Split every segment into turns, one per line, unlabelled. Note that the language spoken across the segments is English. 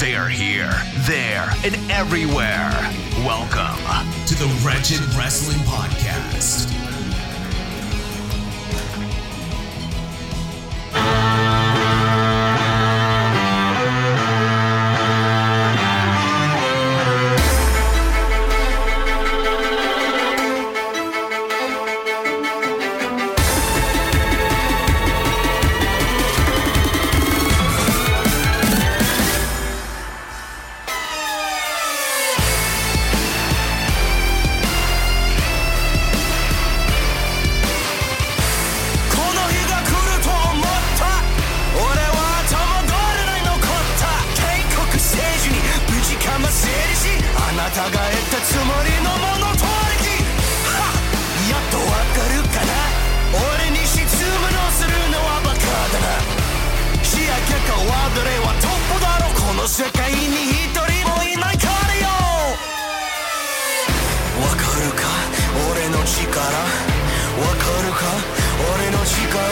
They are here, there, and everywhere. Welcome to the Wretched Wrestling Podcast.
「この日が来ると思った」「俺は頭どれない残った」「帝国政治にぶちかませるし」「あなたが得たつもりのものとはき」「はっやっとわかるかな」「俺に質問をするのはバカだな」「日焼けかワードレはトップだろ」「この世界に一人もいないからよ」わかるか俺の力わかるか俺の力わか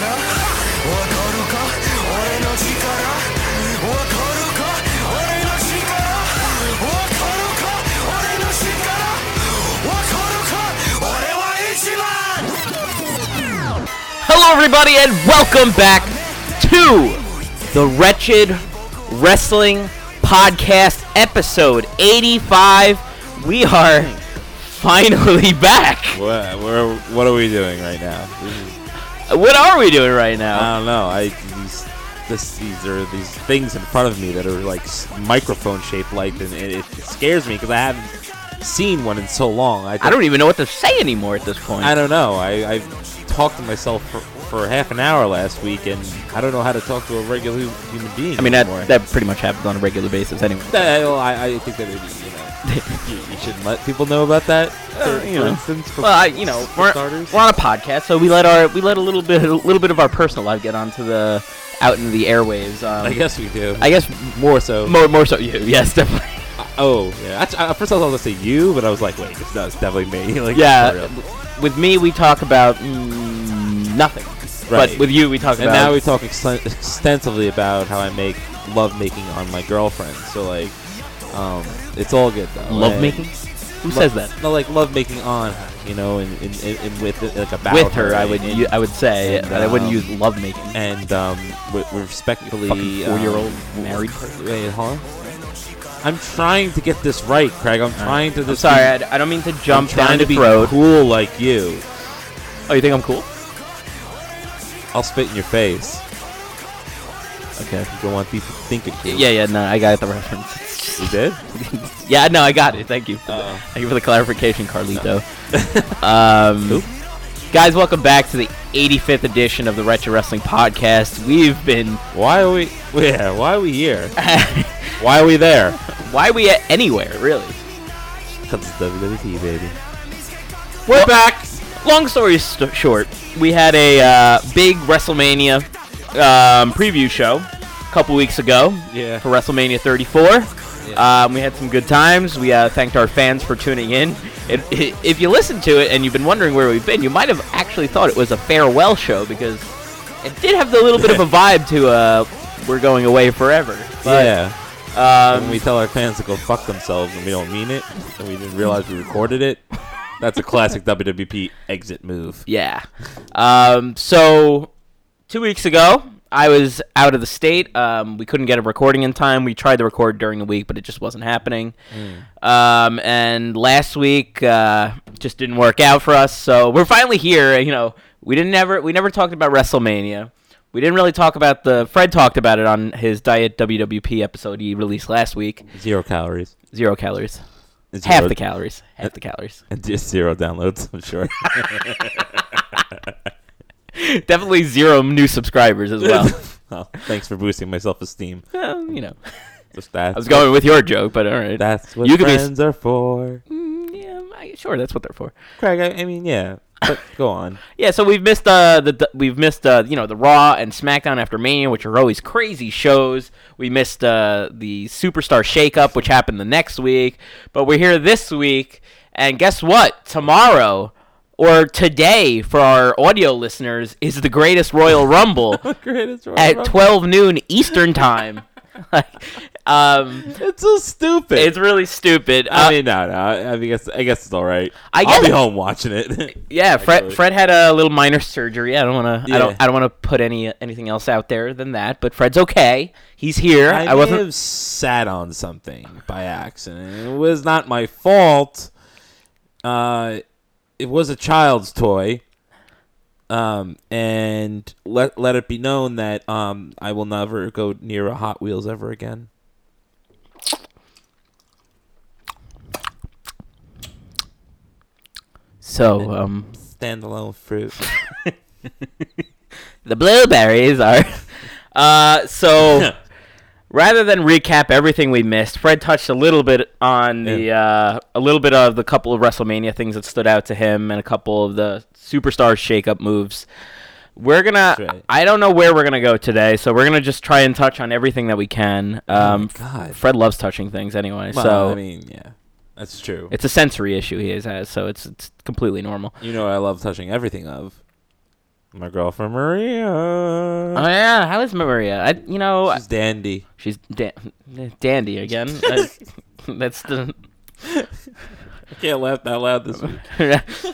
るか俺の力わかるか俺の力わかるか俺の力わかるか俺は一番
Hello, everybody, and welcome back to the Wretched Wrestling Podcast, episode 85. We are finally back.
What, we're, what are we doing right now? This is-
What are we doing right now?
I don't know. I these this, these are these things in front of me that are like s- microphone shaped like, and it, it scares me because I haven't seen one in so long. I,
I don't even know what to say anymore at this point.
I don't know. I I talked to myself for, for half an hour last week, and I don't know how to talk to a regular hu- human being.
I mean,
anymore.
that, that pretty much happens on a regular basis anyway.
That- well, I, I think that it, you know you, you shouldn't let people know about that. For,
Uh, you
for
know.
instance, for,
Well, I, you know,
for
we're,
starters.
we're on a podcast, so we let our we let a little bit a little bit of our personal life get onto the out into the airwaves. Um,
I guess we do.
I guess
more so.
more more so you, yes, definitely.
Oh, yeah. Actually, I- at first I was going to say you, but I was like, wait, it's, no, it's definitely me. like,
Yeah,
for real.
with me we talk about mm, nothing, but
Right.
with you we talk
And
about.
now we talk ex- extensively about how I make love making on my girlfriend. So, like, um, it's all good, though.
love
And-
making. Who says that?
No, like, love making on her, you know, and, and, and, and with, it, like, about
With her, I would
and,
u- I would say
and,
but I wouldn't
um,
use love making.
and um, we, we respectfully.
Fucking
um,
four-year-old married.
Wait, hold on. I'm trying to get this right, Craig. I'm trying to.
I'm
Just
sorry, I,
Be,
d- I don't mean to jump
I'm trying
down
to
your throat.
be cool like you.
Oh, you think I'm cool?
I'll spit in your face.
Okay.
You don't want people to think of you.
Yeah, yeah, no, I got the reference.
You did?
Yeah, no, I got it. Thank you. For the,
Uh-oh.
thank you for the clarification, Carlito. um, guys, welcome back to the 85th edition of the Retro Wrestling Podcast. We've been
Why are we Yeah, why are we here? why are we there?
why are we at anywhere really?
Cuz it's WWE baby.
We're back. Long story st- short, we had a uh, big WrestleMania um, preview show a couple weeks ago
Yeah.
for WrestleMania 34. Um, we had some good times. We uh, thanked our fans for tuning in. It, i if you listen to it and you've been wondering where we've been, you might have actually thought it was a farewell show because it did have the little bit of a vibe to uh, "We're going away forever." But,
yeah.
Um,
when we tell our fans to go fuck themselves and we don't mean it and we didn't realize we recorded it. That's a classic WWP exit move.
Yeah. Um, so two weeks ago, I was out of the state. Um, we couldn't get a recording in time. We tried to record during the week, but it just wasn't happening. Um, and last week uh, just didn't work out for us. So we're finally here. You know, we didn't ever we never talked about WrestleMania. We didn't really talk about the Fred talked about it on his Diet WWP episode he released last week.
Zero calories.
Zero calories.
Zero,
Half the calories. Half the calories.
Just zero downloads, I'm sure.
Definitely zero new subscribers as well.
Oh, thanks for boosting my self-esteem.
Well, you know.
Just that.
I was going with your joke, but all right.
That's what
You could be s-
friends are for.
Mm, yeah, I yeah, sure, that's what they're for.
Craig, I, I mean, yeah. But go on.
Yeah, so we've missed uh, the the- we've missed uh, you know the Raw and SmackDown after Mania, which are always crazy shows. We missed uh, the Superstar Shakeup, which happened the next week, but we're here this week, and guess what? Tomorrow or today for our audio listeners is the greatest Royal Rumble
Greatest Royal
at
Rumble.
12 noon Eastern time. like, um,
It's so stupid.
it's really stupid.
I
Uh,
mean, no, no. I, I guess I guess it's all right.
I
I'll be
guess-
home watching it.
Yeah, Fred.
Actually.
Fred had a little minor surgery. I don't want to. I
Yeah.
don't. I don't want to put any anything else out there than that. But Fred's okay. He's here. I,
I, may
wasn't.
have sat on something by accident. It was not my fault. Uh, it was a child's toy. Um, and let let it be known that um, I will never go near a Hot Wheels ever again.
So um,
Standalone fruit.
the blueberries are. Uh, so rather than recap everything we missed, Fred touched a little bit on the uh, a little bit of the couple of WrestleMania things that stood out to him, and a couple of the superstar shakeup moves. We're gonna.
That's right.
I don't know where we're gonna go today, so we're gonna just try and touch on everything that we can. Um,
Oh God.
Fred loves touching things anyway,
Well,
so
I mean, yeah, that's true.
it's a sensory issue he has, has, so it's it's completely normal.
you know, what I love touching everything of my girlfriend Maria.
Oh yeah, how is Maria? I you know
She's dandy.
she's da- dandy again. I- that's the
I can't laugh that loud this week.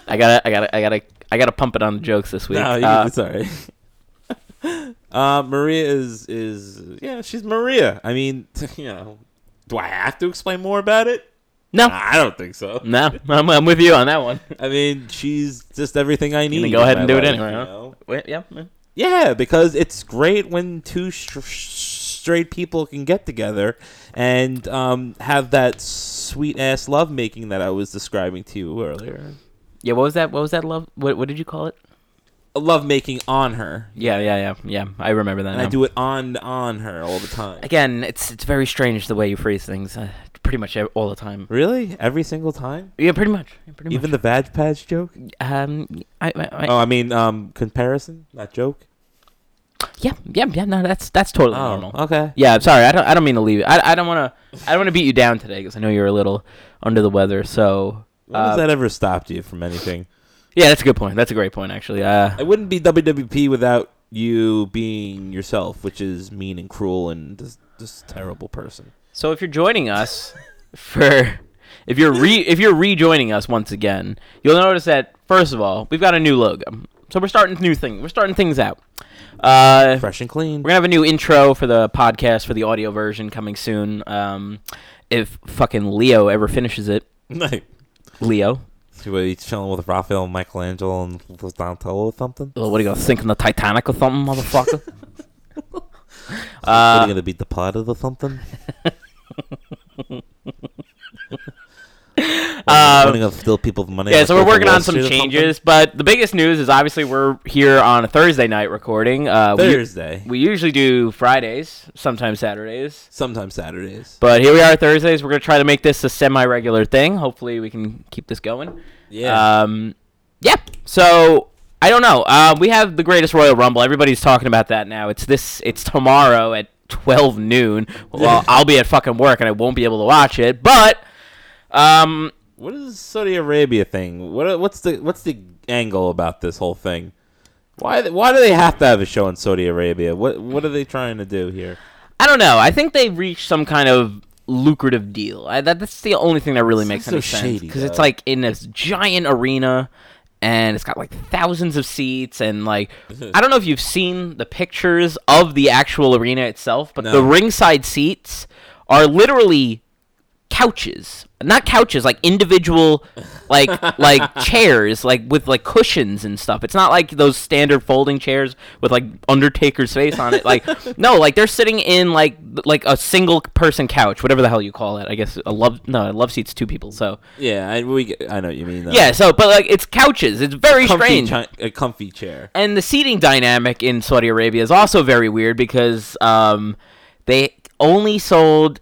I gotta I gotta I gotta I gotta pump it on the jokes this week.
No, you,
Uh,
it's all right. uh, Maria is is yeah, she's Maria. I mean, you know, do I have to explain more about it?
no,
I don't think so.
no, I'm, I'm with you on that one.
I mean, she's just everything I need.
go
in
ahead
my
and do it
life,
anyway,
you
huh?
know?
Wait, yeah, yeah.
Yeah, because it's great when two str- straight people can get together and um, have that sweet ass love making that I was describing to you earlier.
Yeah, what was that? What was that love? What what did you call it?
Love making on her,
Yeah, yeah, yeah, yeah. I remember that.
and I do it on on her all the time.
again. It's it's very strange the way you phrase things. Uh, pretty much ev- all the time.
Really, every single time.
Yeah, pretty much. Yeah, Pretty much.
Even the Vag Patch joke?
Um, I, I, I,
Oh, I mean, um, comparison, not joke. Oh,
yeah, yeah, yeah. No, that's that's totally Oh, normal.
okay.
Yeah, I'm sorry. I don't. I don't mean to leave. I. I don't want to. I don't want to beat you down today because I know you're a little under the weather. So.
When has
uh,
that ever stopped you from anything?
yeah, that's a good point. That's a great point, actually. Uh,
I wouldn't be WWP without you being yourself, which is mean and cruel and just, just terrible person.
so if you're joining us for, if you're re, if you're rejoining us once again, you'll notice that first of all, we've got a new logo. So we're starting new thing. We're starting things out. Uh,
Fresh and clean.
We're gonna have a new intro for the podcast for the audio version coming soon. Um, if fucking Leo ever finishes it,
Night.
Leo,
You were chilling with Raphael, Michelangelo, and Los Donatello or something?
what are you gonna sink in the Titanic or something, motherfucker?
What, are
uh,
you gonna beat the pilot or something? Running up still people's money.
yeah,
like
so we're
Wolf of
working
Wall
on
Street
some
or something?
changes, but the biggest news is obviously we're here on a Thursday night recording. Uh, we-
Thursday.
We, usually do Fridays, sometimes Saturdays,
Sometimes Saturdays.
but here we are Thursdays. We're gonna try to make this a semi-regular thing. Hopefully, we can keep this going.
Yeah.
Um, yeah. So I don't know. Uh, we have the greatest Royal Rumble. Everybody's talking about that now. It's this. It's tomorrow at twelve noon. Well, I'll be at fucking work and I won't be able to watch it. But um,
What is this Saudi Arabia thing? What what's the what's the angle about this whole thing? Why th- why do they have to have a show in Saudi Arabia? What what are they trying to do here?
I don't know. I think they reached some kind of lucrative deal. I, that, that's the only thing that really makes
Sounds
any
so
sense
shady,
because it's
though.
like in this giant arena. And it's got like thousands of seats, and like I don't know if you've seen the pictures of the actual arena itself, but the
No.
ringside seats are literally couches, not couches, like individual, like like chairs, like with like cushions and stuff. It's not like those standard folding chairs with like Undertaker's face on it. Like no, like they're sitting in like like a single person couch, whatever the hell you call it. I guess a love no, a love seat's two people. So
Yeah, I we get- I know what you mean. Though.
yeah, so but like it's couches. It's very
comfy
strange.
chi- a comfy chair.
And the seating dynamic in Saudi Arabia is also very weird because um, they only sold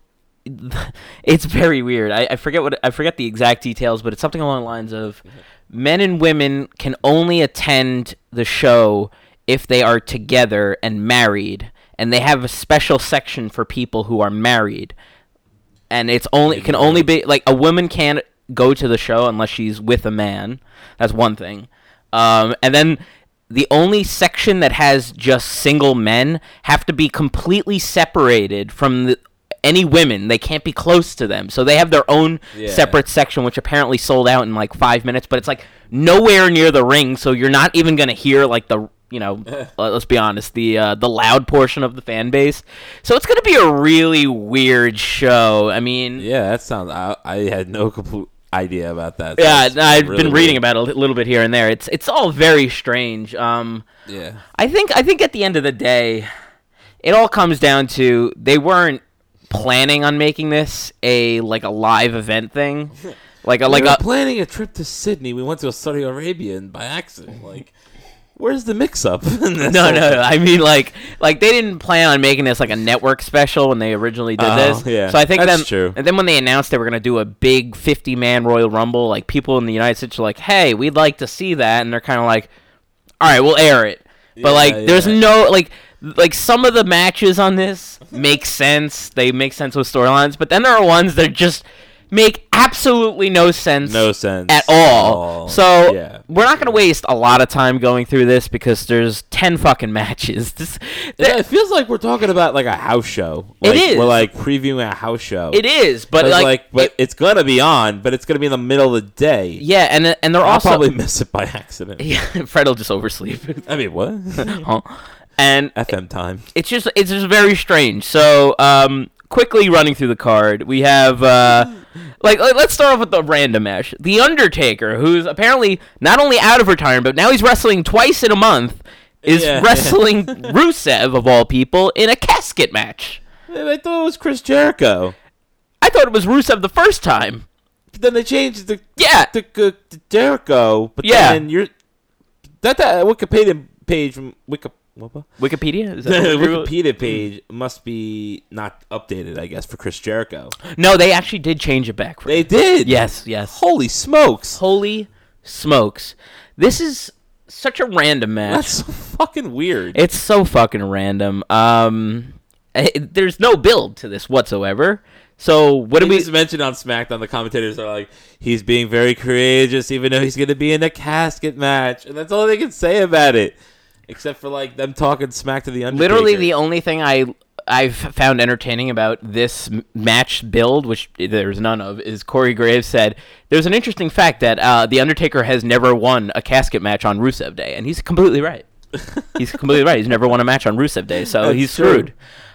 it's very weird. I, I forget what I forget the exact details, but it's something along the lines of men and women can only attend the show if they are together and married, and they have a special section for people who are married. And it's only it can only be like a woman can't go to the show unless she's with a man. That's one thing. Um, and then the only section that has just single men have to be completely separated from the, any women. They can't be close to them. So they have their own
Yeah.
separate section, which apparently sold out in like five minutes. But it's like nowhere near the ring, so you're not even gonna hear like the you know. let- let's be honest, the uh, the loud portion of the fan base. So it's gonna be a really weird show. I mean,
Yeah, that sounds. I, I had no complete idea about that.
yeah,
That's
I've
really
been reading
weird.
about it a li- little bit here and there. It's it's all very strange. Um,
Yeah,
I think I think at the end of the day, it all comes down to they weren't planning on making this a like a live event thing, like a like
like we were
a
planning a trip to Sydney. We went to Saudi Arabia and by accident. Like, where's the mix-up? no,
no, no, no. I mean, like, like they didn't plan on making this like a network special when they originally did
Oh,
this.
yeah.
So I think
That's
then,
true.
And then when they announced they were gonna do a big fifty-man Royal Rumble, like people in the United States are like, "Hey, we'd like to see that," and they're kind of like, "All right, we'll air it." But
Yeah,
like, there's
yeah.
no like, like some of the matches on this make sense. They make sense with storylines, but then there are ones that just make absolutely no sense
No sense
at all.
at all.
So
Oh, Yeah.
we're not gonna waste a lot of time going through this because there's ten fucking matches. This,
Yeah, it feels like we're talking about like a house show.
It
Like,
is.
We're like previewing a house show.
it is, but
But
like,
like, but
it-
it's gonna be on, but it's gonna be in the middle of the day.
yeah, and and they're
I'll
also
probably miss it by accident.
yeah, Fred'll just oversleep,
I mean, what?
Huh. and
FM time.
it's just it's just very strange. So um, quickly running through the card, we have uh, like let- let's start off with the random match. The Undertaker, who's apparently not only out of retirement, but now he's wrestling twice in a month. Is
Yeah.
wrestling Rusev of all people in a casket match.
I thought it was Chris Jericho.
I thought it was Rusev the first time.
But then they changed the
Yeah.
the, the, the Jericho. But
Yeah.
then you're that that Wikipedia page from Wiki, what the-
Wikipedia? Is
the
that what we wrote?
Wikipedia page must be not updated, I guess, for Chris Jericho.
No, they actually did change it back. For
They did.
Yes, yes.
Holy smokes.
Holy smokes. This is such a random match.
That's so fucking weird.
It's so fucking random. Um, eh, there's no build to this whatsoever. So what do
we
we?
just mentioned on SmackDown, the commentators are like, he's being very courageous, even though he's going to be in a casket match, and that's all they can say about it, except for like them talking smack to the Undertaker.
Literally, the only thing I I've found entertaining about this m- match build, which there's none of, is Corey Graves said there's an interesting fact that uh, the Undertaker has never won a casket match on Rusev Day, and he's completely right. he's completely right. He's never won a match on Rusev Day, so
That's
he's
true.
screwed.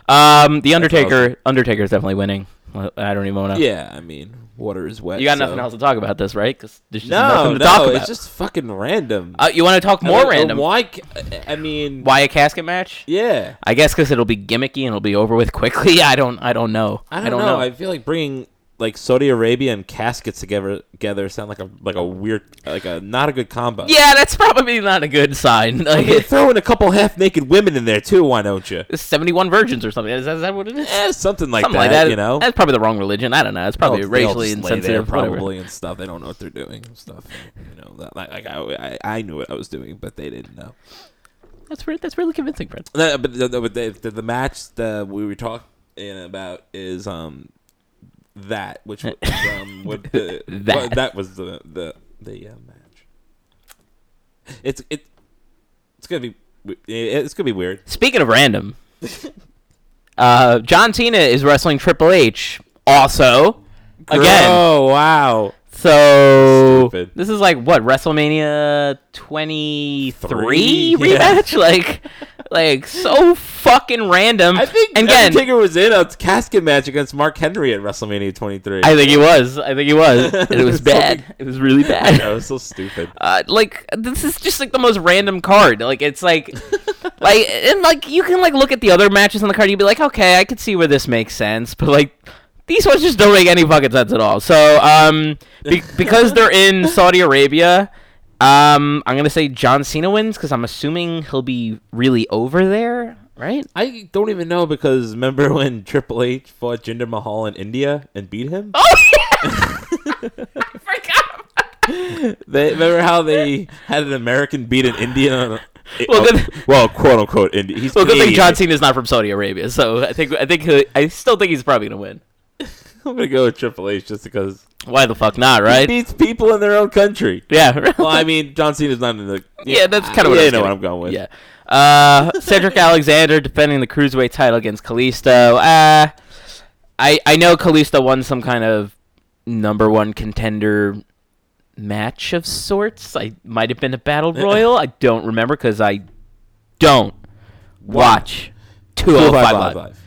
Um, the Undertaker, Undertaker's definitely winning. Well, I don't even want to.
yeah, I mean, water is wet.
You got
so-
nothing else to talk about this, right? 'Cause there's just
No,
nothing
no,
to talk about.
it's just fucking random.
Uh, you want to talk more
And- and
random? Why?
Why? ca- I mean,
a casket match?
Yeah,
I guess because it'll be gimmicky and it'll be over with quickly. I don't. I don't know.
I don't, know. I feel like bringing like Saudi Arabia and caskets together together sound like a like a weird like a not a good combo.
yeah, that's probably not a good sign.
You
Like,
throw in a couple half naked women in there too. Why don't you?
Seventy-one virgins or something. Is that, is that what it is?
Eh, something like
something
that,
like that.
You know,
that's probably the wrong religion. I don't know. It's probably
They'll- they'll
racially
just lay there
insensitive.
probably
Probably.
and stuff. They don't know what they're doing and stuff. You know, that, like, like I, I, I knew what I was doing, but they didn't know.
That's re- that's really convincing, Fred.
No, but the, the, but the, the, the match that we were talking about is um that which was, um what the,
That.
well, that was the the the uh, match. It's it it's gonna be w- it- it's gonna be weird.
Speaking of random, uh, John Cena is wrestling Triple H. Also, again.
oh wow,
So
Stupid.
this is like what WrestleMania 23
Three? Yeah.
rematch, like, like so fucking random.
I think
and again,
Undertaker was in a casket match against Mark Henry at WrestleMania 23.
I think he was. I think he was. And it was
Something-
bad. It was really bad.
that was so stupid.
uh, like this is just like the most random card. Like it's like, like and like you can like look at the other matches on the card. You'd be like, okay, I could see where this makes sense, but like these ones just don't make any fucking sense at all. So um, be- because they're in Saudi Arabia, um, I'm gonna say John Cena wins because I'm assuming he'll be really over there. right?
I don't even know because remember when Triple H fought Jinder Mahal in India and beat him?
I forgot.
They remember how they had an American beat an Indian.
Well,
well,
good-
well, quote unquote Indian. He's
Well, good thing
Canadian.
John Cena's not from Saudi Arabia, so I think I think he- I still think he's probably gonna win.
I'm gonna go with Triple H just because
Why the fuck not,
he
right?
beats people in their own country.
Yeah.
Well, I mean, John Cena's not in the.
Yeah, that's kind of what
yeah,
I
you
was
know what
getting-
I'm going with.
Yeah. Uh, Cedric Alexander defending the cruiserweight title against Kalisto. Uh, I I know Kalisto won some kind of number one contender match of sorts. I might have been a battle
Uh-uh.
royal. I don't remember because I don't watch two
Cool
hundred
oh five,
five
five,
live.
five.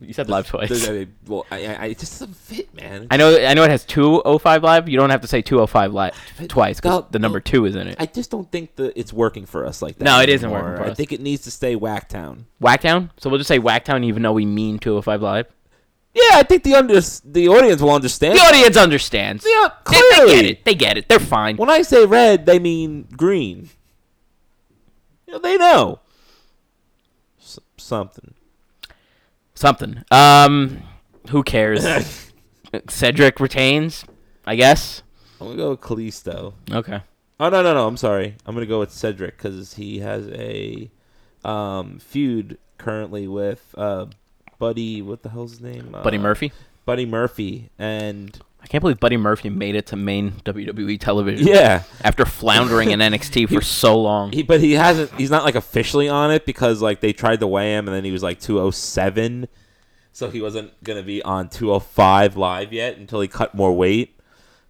You said live twice.
I mean, Well, I, I, I it just doesn't fit, man.
I know. I know it has two oh five live. You don't have to say two oh five live twice because
Well,
the number two is in it.
I just don't think that it's working for us like that.
No, it isn't
anymore.
working for
I
us.
think it needs to stay Whacktown.
Whacktown. So we'll just say Whacktown, even though we mean two oh five live.
Yeah, I think the under the audience will understand.
The audience understands.
Yeah,
They- They, get
clearly.
it. They get it. They're fine.
When I say red, they mean green. You know, they know S- something.
Something. Um, who cares? Cedric retains, I guess.
I'm gonna go with Kalisto.
Okay.
Oh no no no! I'm sorry. I'm gonna go with Cedric because he has a um, feud currently with uh, Buddy. What the hell's his name? Uh,
Buddy Murphy.
Buddy Murphy. And
I can't believe Buddy Murphy made it to main WWE television.
yeah,
After floundering in NXT for so long.
he but he hasn't. He's not like officially on it because like they tried to weigh him and then he was like 207, so he wasn't gonna be on 205 live yet until he cut more weight.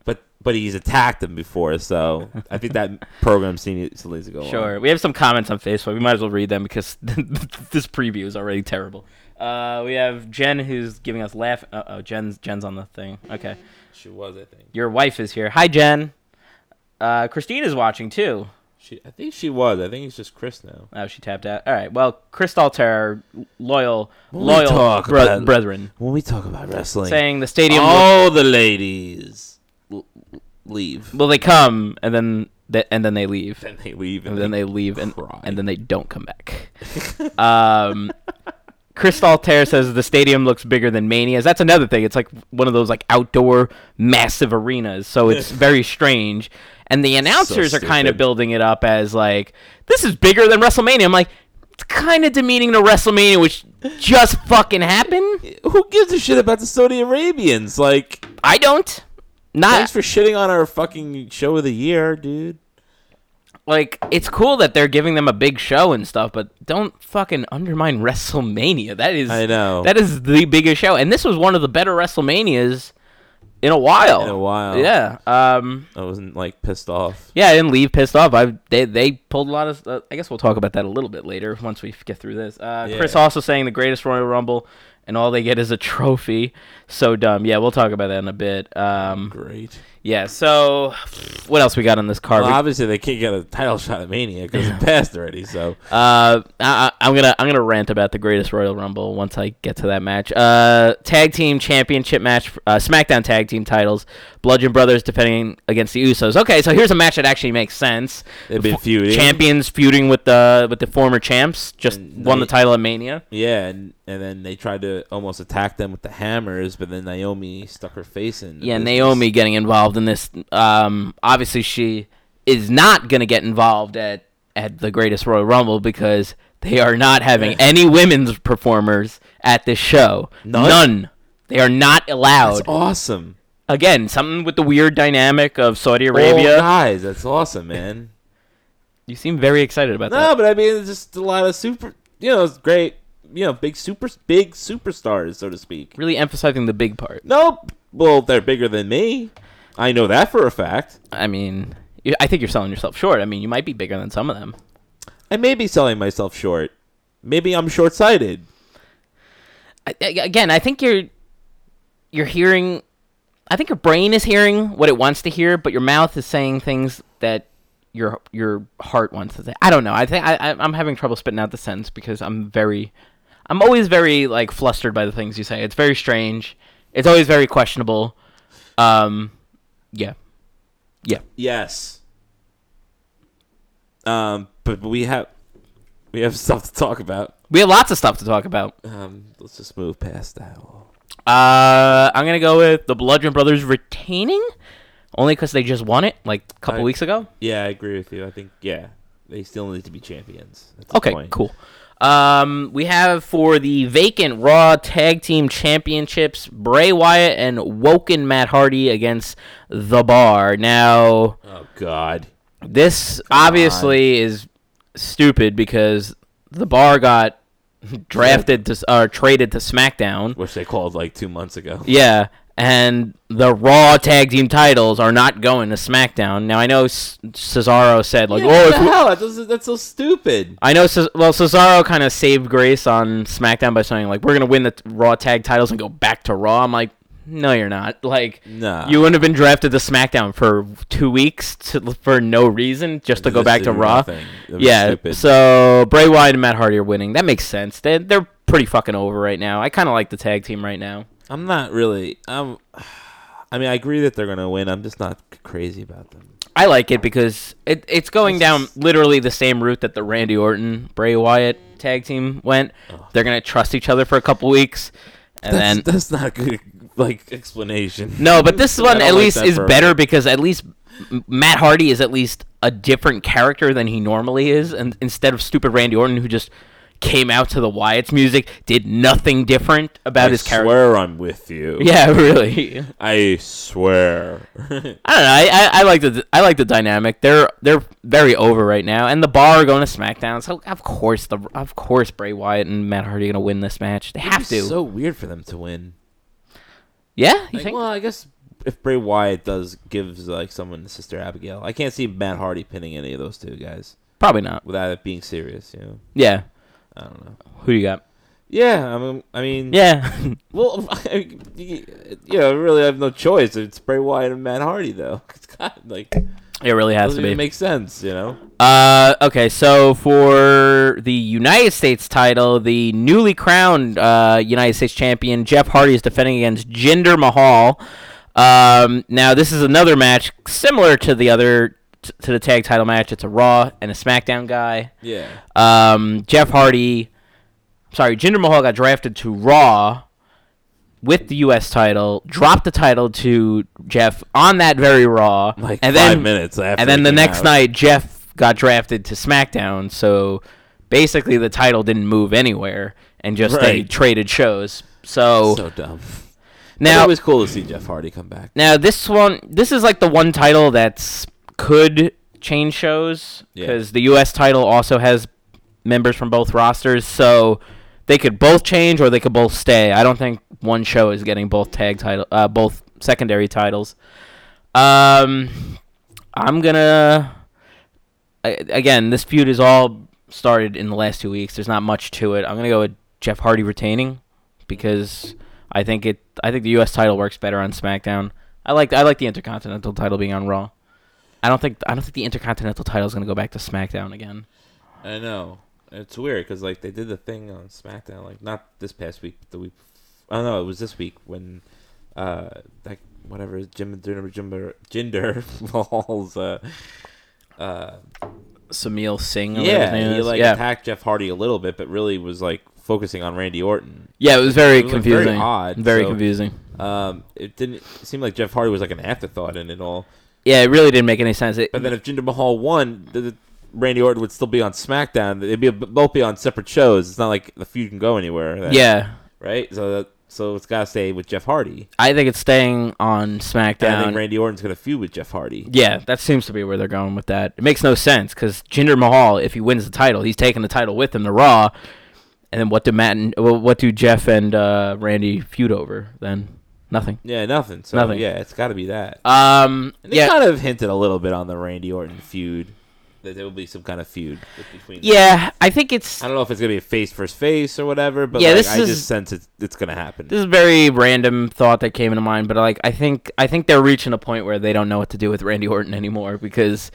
But but he's attacked him before, so I think that program needs needs to go on.
Sure. We have some comments on Facebook. We might as well read them because this preview is already terrible. Uh, we have Jen who's giving us laugh. Uh oh, Jen's Jen's on the thing. Okay.
She was, I think.
Your wife is here. Hi, Jen. Uh, Christine is watching too.
She I think she was. I think it's just Chris now.
Oh, she tapped out. All right. Well, Crystal Terror, loyal,
we
loyal
talk
bre-
about- Oh!
brethren,
when we talk about wrestling,
saying the stadium. will
all the ladies l- leave.
Well, they come and then they, and then they leave,
Then they leave,
and then they leave, and
cry.
and then they don't come back. um, Crystal Terror says the stadium looks bigger than Mania's. That's another thing. It's like one of those like outdoor massive arenas, so it's very strange. And the announcers are kind of
stupid.
building it up as like this is bigger than WrestleMania. I'm like. It's kind of demeaning to WrestleMania, which just fucking happened.
Who gives a shit about the Saudi Arabians? Like,
I don't. Not
thanks for shitting on our fucking show of the year, dude.
like it's cool that they're giving them a big show and stuff, but don't fucking undermine WrestleMania. That is
I know.
that is the biggest show, and this was one of the better WrestleManias in a while.
In a while.
yeah. Um,
I wasn't like pissed off.
yeah, I didn't leave pissed off. I they they pulled a lot of. Uh, I guess we'll talk about that a little bit later once we get through this. Uh, Chris
Yeah.
also saying the greatest Royal Rumble, and all they get is a trophy. So dumb. Yeah, we'll talk about that in a bit. Um,
Great.
yeah. So what else we got on this card?
Well,
We-
obviously they can't get a title shot at Mania because it passed already. So
Uh, I, I- I'm gonna I'm gonna rant about the greatest Royal Rumble once I get to that match. Uh, tag team championship match, uh, SmackDown tag team titles, Bludgeon Brothers defending against the Usos. Okay, so here's a match that actually makes sense.
They've
The
been
fo-
feuding.
Champions feuding with the with the former champs, just
And
won
they-
the title at Mania.
yeah, and, and then they tried to almost attack them with the hammers, but then Naomi stuck her face in. the
Yeah,
business.
Naomi getting involved in this. Um, obviously she is not gonna get involved at at the Greatest Royal Rumble because they are not having any women's performers at this show.
None?
They are not
That's
allowed.
awesome.
Again, something with the weird dynamic of Saudi
Arabia
Arabia.
guys, that's awesome, man.
you seem very excited about
No, but I mean, it's just a lot of super, you know, it's great, you know, big super, big superstars, so to speak.
that. Really emphasizing the big part.
Nope. Well, they're bigger than me. I know that for a fact.
I mean, you- I think you're selling yourself short. I mean, you might be bigger than some of them.
I may be selling myself short. Maybe I'm short-sighted.
I, I- again, I think you're you're hearing. I think your brain is hearing what it wants to hear, but your mouth is saying things that your your heart wants to say. I don't know. I think I, I I'm having trouble spitting out the sentence because I'm very, I'm always very like flustered by the things you say. It's very strange. It's always very questionable. Um, yeah, yeah.
Yes. Um, but we have We have stuff to talk about.
We have lots of stuff to talk about.
Um, let's just move past that.
Uh, I'm gonna go with the Bludgeon Brothers retaining, only because they just won it like a couple
I-
weeks ago.
Yeah, I agree with you. I think yeah, they still need to be champions. That's the
Okay,
point.
cool. Um, we have for the vacant Raw Tag Team Championships Bray Wyatt and Woken Matt Hardy against The Bar. Now,
Oh God.
this obviously is stupid because The Bar got drafted to s- or traded to SmackDown.
Which they called like two months ago.
Yeah, and the Raw Tag Team titles are not going to SmackDown. Now, I know C- Cesaro said like, "Oh,
what
if
the
we-
hell? That doesn't- That's so stupid.
I know. Ces- well, Cesaro kind of saved grace on SmackDown by saying like, "We're gonna win the t- Raw tag titles and go back to Raw." I'm like, "No, you're not. Like,
Nah.
you wouldn't have been drafted to SmackDown for two weeks to, for no reason just to go
Just
back
to
to
do
Raw."
nothing. It was
Yeah.
stupid.
So Bray Wyatt and Matt Hardy are winning. That makes sense. They they're pretty fucking over right now. I kind of like the tag team right now.
I'm not really. I'm. I mean, I agree that they're gonna win. I'm just not c- crazy about them.
I like it because it, it's going down literally the same route that the Randy Orton Bray Wyatt tag team went. They're gonna trust each other for a couple weeks, and
Oh. That's,
then
that's not a good like explanation.
No, but this
I
one
don't
at
like
least
that
is
for a
better
minute.
because at least M- Matt Hardy is at least a different character than he normally is, and instead of stupid Randy Orton who just came out to the Wyatt's music, did nothing different about
I
his character.
swear I'm with you.
Yeah, really.
I swear.
I don't know. I, I, I like the I like the dynamic. They're they're very over right now, and the bar are going to SmackDown. So of course the of course Bray Wyatt and Matt Hardy are going to win this match. They have to.
It's so weird for them to win.
yeah, you
Like,
think?
well, I guess if Bray Wyatt does gives like someone to Sister Abigail, I can't see Matt Hardy pinning any of those two guys
Probably not.
without it being serious. You know,
Yeah.
I don't know.
Who do you got?
Yeah, I mean, I mean,
Yeah.
Well, yeah, I really have no choice. It's Bray Wyatt and Matt Hardy, though. It's God, like
it really has to
doesn't
be.
even make sense, you know.
Uh, okay, so for the United States title, the newly crowned uh, United States champion Jeff Hardy is defending against Jinder Mahal. Um, now this is another match similar to the other t- to the tag title match. It's a Raw and a SmackDown guy.
Yeah,
Um, Jeff Hardy, sorry, Jinder Mahal got drafted to Raw with the U.S. title, dropped the title to Jeff on that very Raw,
like
and
five
then
minutes after.
and then
it
the
came
next
out.
night, Jeff got drafted to SmackDown. So basically, the title didn't move anywhere, and just they
Right.
traded shows. So,
so dumb. Now
now,
it was cool to see Jeff Hardy come back.
now this one, this is like the one title that's could change shows
Yeah.
because the U.S. title also has members from both rosters, so they could both change or they could both stay. I don't think one show is getting both tag title, uh, both secondary titles. Um, I'm gonna. I, again, this feud is all started in the last two weeks. There's not much to it. I'm gonna go with Jeff Hardy retaining because I think it. I think the U.S. title works better on SmackDown. I like. I like the Intercontinental title being on Raw. I don't think. I don't think the Intercontinental title is gonna go back to SmackDown again.
I know it's weird because like they did the thing on SmackDown, like not this past week, but the week. I don't know. It was this week when, uh, like whatever Jim Jinder Jinder Jinder Mahal's uh, uh
Samil Singh. or whatever his name
yeah, he
is.
like
yeah.
attacked Jeff Hardy a little bit, but really was like focusing on Randy Orton.
yeah. It was very
It was, like, very
confusing.
odd,
Very
so-
confusing.
Um, it didn't seem like Jeff Hardy was like an afterthought in it all.
Yeah, it really didn't make any sense. It,
But then if Jinder Mahal won, the, the- Randy Orton would still be on SmackDown. They'd be both be on separate shows. It's not like the feud can go anywhere. then,
yeah,
right. So that, so it's gotta stay with Jeff Hardy.
I think it's staying on
And I
SmackDown.
think Randy Orton's gonna feud with Jeff Hardy.
Yeah, that seems to be where they're going with that. It makes no sense because Jinder Mahal, if he wins the title, he's taking the title with him to Raw. And then what do Matt and well, what do Jeff and uh, Randy feud over then? Nothing.
Yeah, nothing. So
Nothing.
yeah, it's gotta be that.
Um.
And they
yeah.
kind of hinted a little bit on the Randy Orton feud. That there will be some kind of feud between
yeah. I think it's
I don't know if it's gonna be a face versus face or whatever, but
Yeah,
like,
this
I
is-
just sense it's, it's gonna happen.
this is a very random thought that came into mind, but like I think I think they're reaching a point where they don't know what to do with Randy Orton anymore because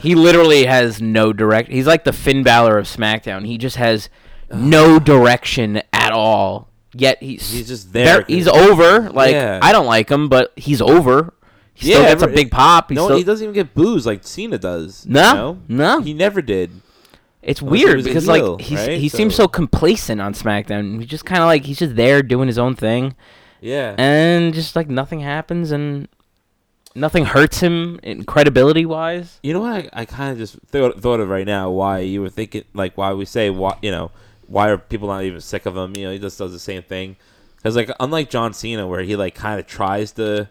he literally has no direct. He's like the Finn Balor of SmackDown. He just has no direction at all. Yet he's
He's just there.
he's over. Like
Yeah.
I don't like him, but he's over. He still gets a
every-
big pop. He
no,
still,
he doesn't even get booze like Cena does.
No,
you know?
no.
he never did.
It's
he
weird
was a
because
heel,
like he's,
right?
he seems
So-
so complacent on SmackDown. He's just kind of like he's just there doing his own thing,
Yeah.
and just like nothing happens and nothing hurts him in credibility wise.
you know what? I, I kind of just thought thought of right now why you were thinking like why we say why you know why are people not even sick of him? You know, he just does the same thing. Because like unlike John Cena, where he like kind of tries to,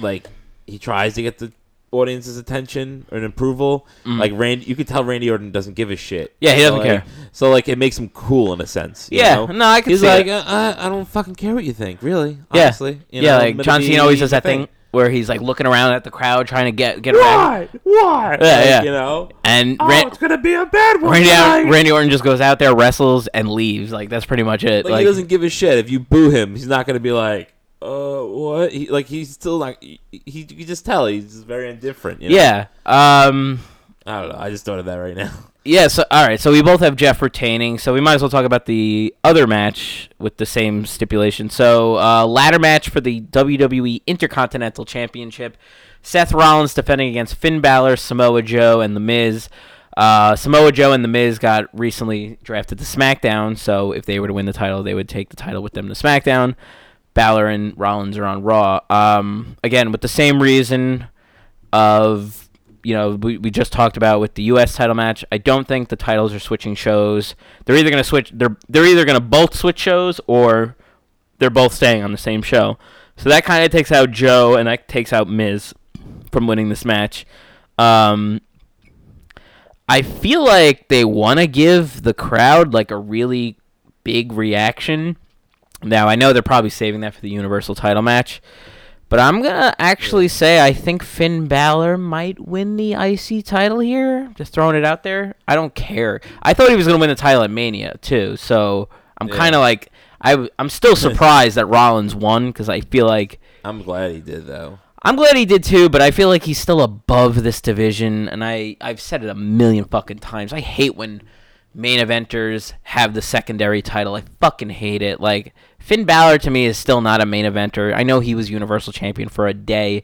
like he tries to get the audience's attention and approval. Like Randy, you could tell Randy Orton doesn't give a shit.
Mm. Yeah, he
So,
doesn't
like-
care.
So like it makes him cool in a sense. you
Yeah,
know?
no, I can
He's
see
like,
it.
uh, I, I don't fucking care what you think, really.
Yeah,
Honestly, you
yeah.
know,
like
but
John
it'd
Cena always
be
does
the
that thing. where he's like looking around at the crowd trying to get get around,
Why? Why?
Yeah,
Like,
yeah.
You know.
and Ran-
Oh, gonna be a bad one.
Randy, Randy Orton just goes out there, wrestles, and leaves. Like that's pretty much it.
like,
Like,
he doesn't give a shit. If you boo him, he's not gonna be like, uh, what? He, like he's still like he, he. You just tell he's just very indifferent. You know?
yeah. Um.
I don't know. I just thought of that right now.
Yeah, so all right, so we both have Jeff retaining, so we might as well talk about the other match with the same stipulation. So, uh, ladder match for the WWE Intercontinental Championship. Seth Rollins defending against Finn Balor, Samoa Joe, and The Miz. Uh, Samoa Joe and The Miz got recently drafted to SmackDown, so if they were to win the title, they would take the title with them to SmackDown. Balor and Rollins are on Raw. Um, again, with the same reason of you know we, we just talked about with the U.S. title match. I don't think the titles are switching shows. They're either gonna switch. They're they're either gonna both switch shows or they're both staying on the same show. So that kind of takes out Joe and that takes out Miz from winning this match. Um, I feel like they want to give the crowd like a really big reaction. Now I know they're probably saving that for the Universal title match. But I'm gonna actually say I think Finn Balor might win the IC title here. Just throwing it out there. I don't care. I thought he was gonna win the title at Mania too. So I'm kind of like I w- I'm still surprised that Rollins won because I feel like
I'm glad he did though.
I'm glad he did too. But I feel like he's still above this division, and I I've said it a million fucking times. I hate when main eventers have the secondary title. I fucking hate it. Like Finn Balor to me is still not a main eventer. I know he was Universal Champion for a day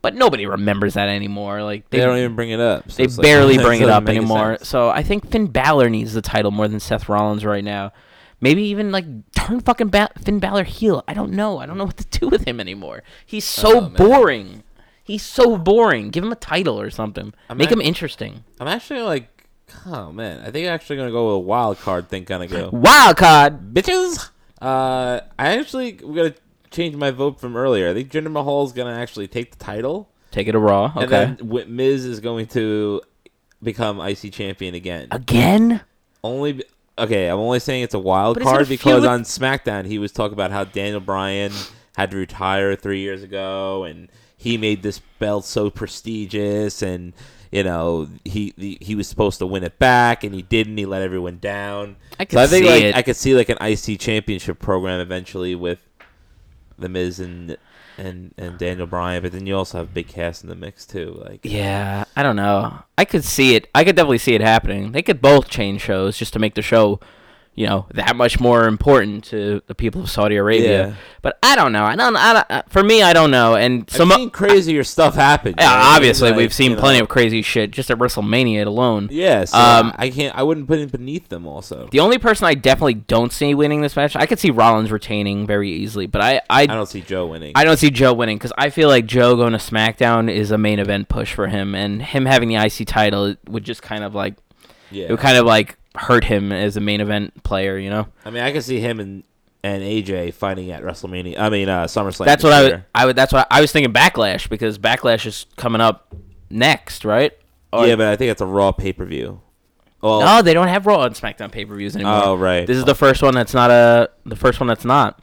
but nobody remembers that anymore. Like they,
They don't even bring it up. so
they
it's like-
barely bring it
doesn't
up
make
anymore.
sense.
So I think Finn Balor needs the title more than Seth Rollins right now. Maybe even like turn fucking ba- Finn Balor heel. I don't know. I don't know what to do with him anymore. He's so boring. He's so boring. Give him a title or something. Make
act-
him interesting.
I'm actually like, oh man, I think I'm actually gonna go with a wild card thing kind of go.
Wild card.
bitches. Uh, I actually we gotta change my vote from earlier. I think Jinder Mahal's gonna actually take the title,
Take it to Raw. Okay.
and then Wi- Miz is going to become IC champion again.
Again?
Only be- okay. I'm only saying it's a wild
But is it a
card
feud
because
with-
on SmackDown he was talking about how Daniel Bryan had to retire three years ago, and he made this belt so prestigious, and you know he he, he was supposed to win it back, and he didn't. He let everyone down.
I
so
could
I think
see
like
it.
I could see like an IC championship program eventually with the Miz and. And, and Daniel Bryan, but then you also have Big Cass in the mix too. Like,
Yeah, I don't know. I could see it. I could definitely see it happening. They could both change shows just to make the show, you know, that much more important to the people of Saudi Arabia.
Yeah.
But I don't know. I don't. I don't uh, for me, I don't know. And
I've
some
seen crazier stuff happen.
yeah,
you know what I mean?
obviously
Like,
we've seen
you know.
plenty of crazy shit just at WrestleMania alone.
Yes.
Um,
um, I can't. I wouldn't put it beneath them. Also,
The only person I definitely don't see winning this match, I could see Rollins retaining very easily, but I, I,
I don't see Joe winning.
I don't see Joe winning because I feel like Joe going to SmackDown is a main event push for him, and him having the IC title would just kind of like
yeah.
it would kind of like hurt him as a main event player, you know.
I mean, I can see him and and AJ fighting at WrestleMania. I mean, uh, SummerSlam.
That's
this
what I would,
year.
I would. That's what I was thinking. Backlash because Backlash is coming up next, right? Or-
yeah, but I think it's a Raw pay per view. Well,
Oh, no, Oh, they don't have Raw and SmackDown pay per views anymore.
Oh, right.
This is the first one that's not a the first one that's not.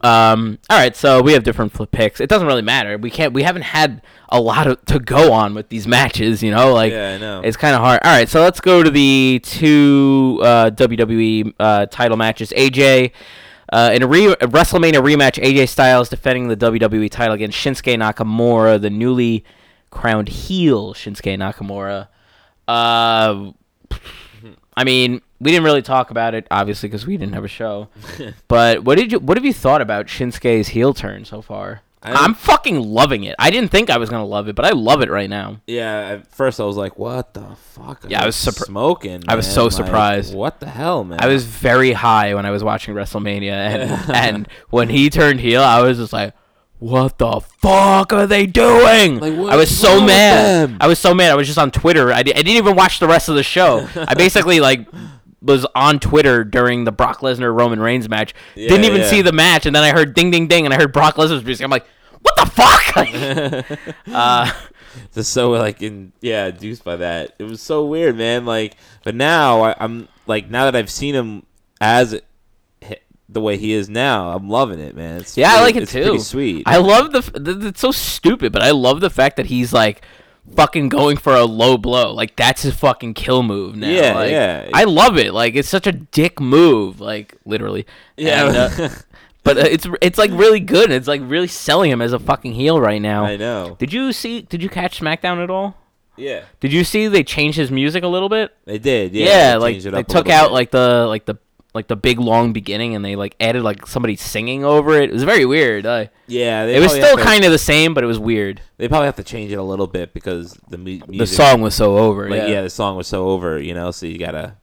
Um. All right. So we have different flip picks. It doesn't really matter. We can't. We haven't had a lot of, to go on with these matches. You know, like
Yeah, I know.
It's kind of hard. All right. So let's go to the two uh, WWE uh, title matches. AJ. Uh, in a, re- a WrestleMania rematch, AJ Styles defending the WWE title against Shinsuke Nakamura, the newly crowned heel Shinsuke Nakamura. Uh, I mean, we didn't really talk about it, obviously, because we didn't have a show. but what did you? What have you thought about Shinsuke's heel turn so far?
I,
I'm fucking loving it. I didn't think I was gonna love it, but I love it right now.
yeah. At first, I was like, "What the fuck?"
Yeah, I was surpri-
smoking.
I was
man.
so
Like,
surprised.
What the hell, man?
I was very high when I was watching WrestleMania, and and when he turned heel, I was just like, "What the fuck are they doing?"
Like, what
I was
is
so
wrong with
mad.
them?
I was so mad. I was just on Twitter. I, di- I didn't even watch the rest of the show. I basically like was on Twitter during the Brock Lesnar Roman Reigns match. didn't even
yeah.
see the match, and then I heard ding ding ding, and I heard Brock Lesnar's music. I'm like, "What the fuck?"
just so like in yeah induced by that it was so weird man like but now I, i'm like now that i've seen him as h- the way he is now i'm loving it man it's
Yeah, I
pretty-
like it
it's
too.
pretty sweet
I love the, f- th It's so stupid, but I love the fact that he's like fucking going for a low blow. Like that's his fucking kill move now.
Yeah,
like,
yeah.
I love it. Like it's such a dick move. Like literally.
yeah
And, uh, but uh, it's it's like really good. and It's like really selling him as a fucking heel right now.
i know
Did you see? Did you catch SmackDown at all?
yeah
Did you see they changed his music a little bit?
they did yeah,
Yeah,
they
like
changed it
they
up a
took
little
out
bit.
like the like the like the big long beginning and they like added like somebody singing over it. It was very weird. Uh,
yeah they
it was
probably
still
have to-
kind of the same, but it was weird.
they probably have to change it a little bit because the mu- music
The song was so over.
like,
yeah.
yeah. the song was so over you know so you gotta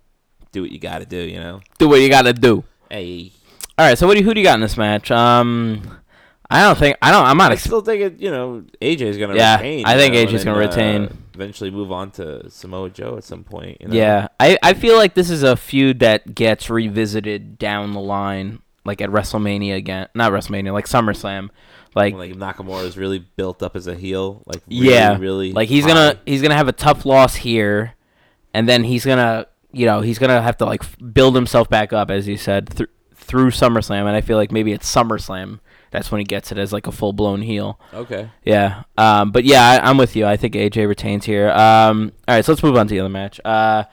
do what you gotta do you know
do what you gotta do.
hey
All right, so what do you, who do you got in this match? Um, I don't think I don't. I'm not.
I
Ex-
still think it. You know, AJ's gonna
Yeah,
retain.
I
you
think
know,
AJ 's
and
gonna
then, uh,
retain.
eventually, move on to Samoa Joe at some point. You know?
yeah, I I feel like this is a feud that gets revisited down the line, like at WrestleMania again. Not WrestleMania, like SummerSlam. Like
When, like Nakamura is really built up as a heel. Like really,
yeah,
really.
like he's
high.
gonna he's gonna have a tough loss here, and then he's gonna you know he's gonna have to like f- build himself back up as you said thr through SummerSlam, and I feel like maybe at SummerSlam that's when he gets it as like a full blown heel.
Okay.
Yeah. Um, but yeah, I, I'm with you. I think AJ retains here. Um, all right, so let's move on to the other match. Uh,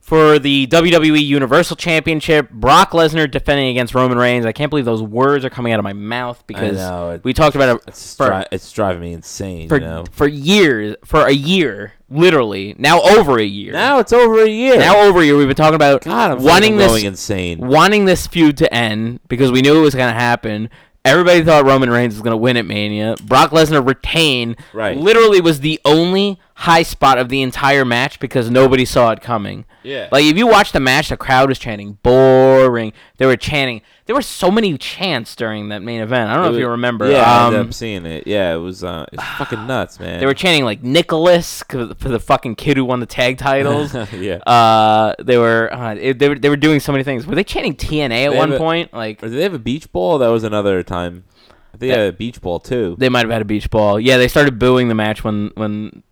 for the WWE Universal Championship, Brock Lesnar defending against Roman Reigns. I can't believe those words are coming out of my mouth because
know, it-
we talked about it
It's,
for,
dri- it's driving me insane.
for,
you know.
for years, for a year, literally. Now over a year.
Now it's over a year.
Now over a year, we've been talking about
God, I'm
wanting
wanting
this
going insane.
wanting this feud to end because we knew it was going to happen. Everybody thought Roman Reigns was going to win at Mania. Brock Lesnar retain.
Right.
Literally was the only high spot of the entire match because nobody saw it coming.
Yeah.
Like if you watch the match, the crowd was chanting boring. They were chanting. There were so many chants during that main event. I don't know if you remember.
Yeah, I ended
Um,
up seeing it. Yeah, it was. Uh, it's fucking nuts, man.
they were chanting like Nicholas for the- for the fucking kid who won the tag titles.
yeah.
uh, they were uh, it, they were they were doing so many things. Were they chanting TNA at
They
one
have a-
point? Like
or did they have a beach ball? That was another time. I think they had a beach ball too.
They might have had a beach ball. Yeah, they started booing the match when when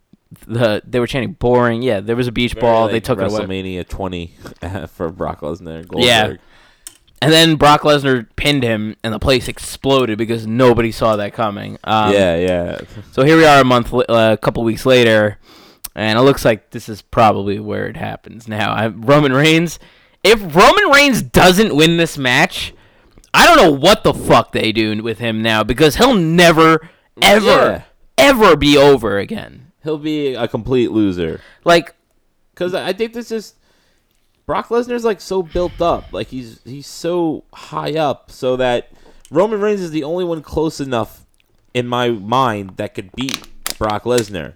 the they were chanting boring. Yeah, there was a beach
Very,
ball. they
like,
took it away.
WrestleMania 20 for Brock Lesnar. Goldberg.
Yeah. And then Brock Lesnar pinned him, and the place exploded because nobody saw that coming. Um,
yeah, yeah.
So here we are a month, li- uh, a couple weeks later, and it looks like this is probably where it happens now. I, Roman Reigns. If Roman Reigns doesn't win this match, I don't know what the fuck they do with him now because he'll never, ever,
Yeah.
ever be over again.
He'll be a complete loser.
Like
Cause I think this is Brock Lesnar's like so built up, like he's he's so high up, so that Roman Reigns is the only one close enough in my mind that could beat Brock Lesnar.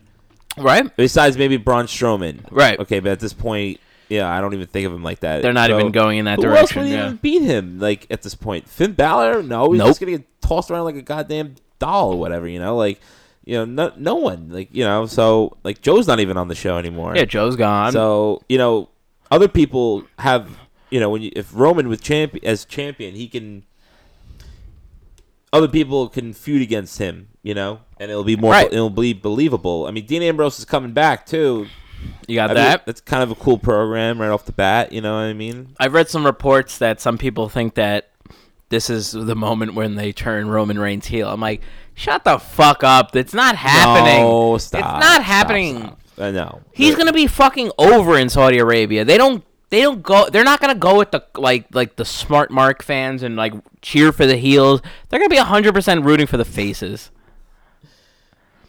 Right?
Besides maybe Braun Strowman.
Right.
Okay, but at this point, yeah, I don't even think of him like that.
They're not
So,
even going in that
who
direction.
else would
yeah.
even beat him? Like at this point, Finn Balor? No, he's
Nope.
just gonna get tossed around like a goddamn doll or whatever. You know, like you know, no, no one. Like you know, so like Joe's not even on the show anymore.
yeah, Joe's gone.
So you know, other people have you know when you, if Roman with champion as champion, he can. Other people can feud against him, you know, and it'll be more
Right.
it'll be believable. I mean, Dean Ambrose is coming back too.
you got
I mean,
that?
that's kind of a cool program right off the bat. You know what I mean?
I've read some reports that some people think that this is the moment when they turn Roman Reigns heel. I'm like, shut the fuck up. It's not happening.
No,
It's
Oh, stop,
not
stop,
happening.
stop. I know.
He's gonna be fucking over in Saudi Arabia. They don't. They don't go. They're not gonna go with the like like the smart mark fans and like cheer for the heels. They're gonna be hundred percent rooting for the faces.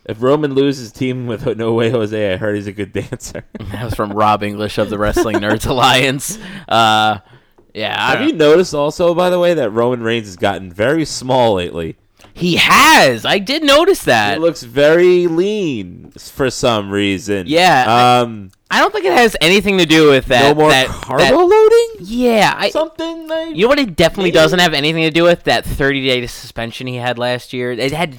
If Roman loses team with No Way Jose, I heard he's a good dancer.
That was from Rob English of the Wrestling Nerds Alliance. Uh, yeah, I
Have you noticed also, by the way, that Roman Reigns has gotten very small lately?
He has. I did notice
He
that.
looks very lean for some reason.
Yeah, I-
Um.
I don't think it has anything to do with that.
no more
that,
carbo
that-
loading.
yeah, I,
Something. Like,
you know what? It definitely
Maybe.
doesn't have anything to do with that 30 day suspension he had last year. It had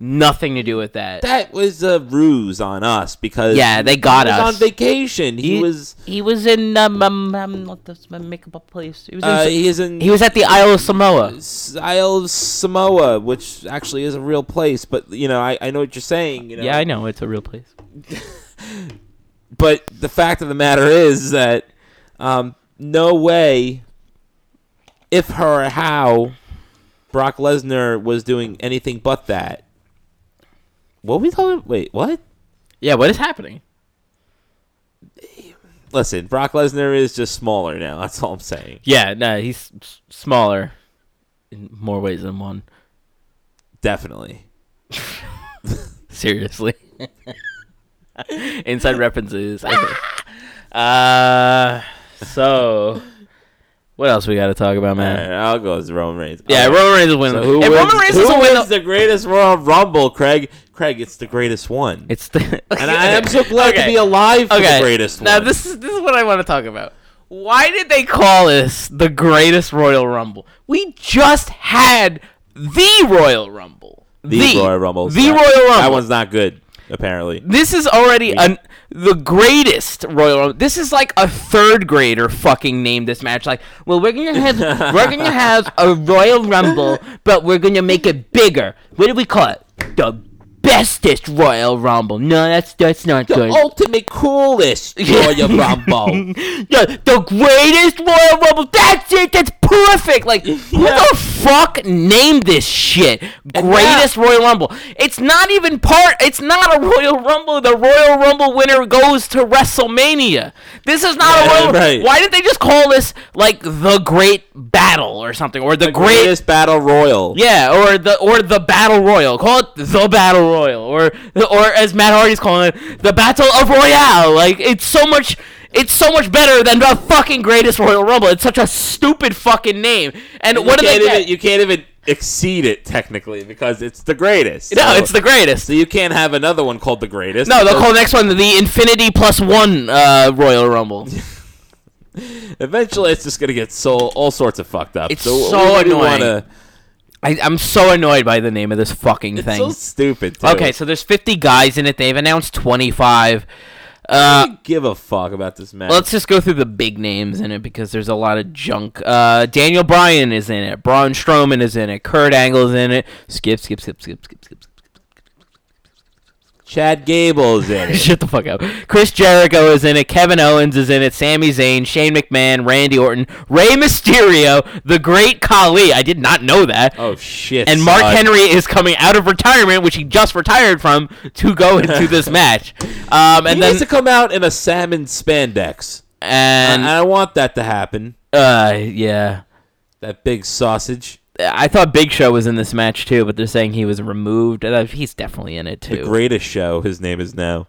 nothing to do with that.
that was a ruse on us because
Yeah, they got
he was
us.
on vacation. He, was.
He was in um um, um what does my makeup up place? He was in,
Uh,
Sa-
he is in.
he was at the Isle of Samoa.
S- Isle of Samoa, which actually is a real place, but you know, I, I know what you're saying. You know?
Yeah, I know it's a real place.
But the fact of the matter is that um, no way, if her or how, Brock Lesnar was doing anything but that. What we talking? Wait, what?
Yeah, what is happening?
Listen, Brock Lesnar is just smaller now. That's all I'm saying.
Yeah, no, he's s- smaller in more ways than one.
Definitely.
Seriously. Inside references. Okay.
Ah!
uh, so what else we got to talk about,
All
man?
right, I'll go with Roman Reigns.
Yeah,
All right.
Roman Reigns will win.
Uh, So who
if
wins,
Roman Reigns
who
doesn't win,
wins
the-
the greatest Royal Rumble, Craig? Craig, it's the greatest one.
it's the.
And I am so glad to be alive for the greatest
Now
one.
this is this is what I want to talk about. Why did they call this the greatest Royal Rumble? We just had the Royal Rumble.
the, Royal Rumble.
The Royal Rumble.
That one's not good, apparently.
This is already an, the greatest Royal Rumble. This is like a third grader fucking named this match. Like, well, we're gonna have we're gonna have a Royal Rumble, but we're gonna make it bigger. What do we call it? The bestest Royal Rumble. No, that's that's not good.
ultimate coolest Royal Rumble.
the, the greatest Royal Rumble. That's it. That's perfect. Like, who
Yeah.
the fuck named this shit? Greatest Royal Rumble. It's not even part. It's not a Royal Rumble. The Royal Rumble winner goes to WrestleMania. This is not
Yeah,
a Royal.
right.
Why did they just call this like the Great Battle or something, or the, Great
greatest Battle Royal.
yeah, or the or the battle royal. Call it the battle royal, or or as Matt Hardy's calling it, the battle of royale. Like it's so much, it's so much better than the fucking greatest Royal Rumble. It's such a stupid fucking name. And
You
what do they
can't
get?
even- You can't even exceed it, technically, because it's the greatest.
no,
So-
it's the greatest.
So you can't have another one called the greatest.
no, they'll
because
call the next one the Infinity Plus One uh, Royal Rumble.
Eventually, it's just gonna get so all sorts of fucked up.
It's
we
so
really
annoying.
wanna-
I, I'm so annoyed by the name of this fucking
it's
thing.
so stupid. Too.
okay, so there's 50 guys in it. They've announced 25. Uh,
give a fuck about this match.
Let's just go through the big names in it because there's a lot of junk. Uh, Daniel Bryan is in it. Braun Strowman is in it. Kurt Angle is in it. Skip, skip, skip, skip, skip, skip. skip.
Chad Gable's in it.
Shut the fuck up. Chris Jericho is in it. Kevin Owens is in it. Sami Zayn, Shane McMahon, Randy Orton, Rey Mysterio, The Great Khali. I did not know that.
Oh shit!
and Mark
son.
Henry is coming out of retirement, which he just retired from, to go into this match. Um,
He
and
needs
then
to come out in a salmon spandex, and
and
I, I want that to happen.
uh, yeah.
That big sausage,
I thought Big Show was in this match too, but they're saying he was removed. Uh, He's definitely in it
the
too.
greatest show. His name is now.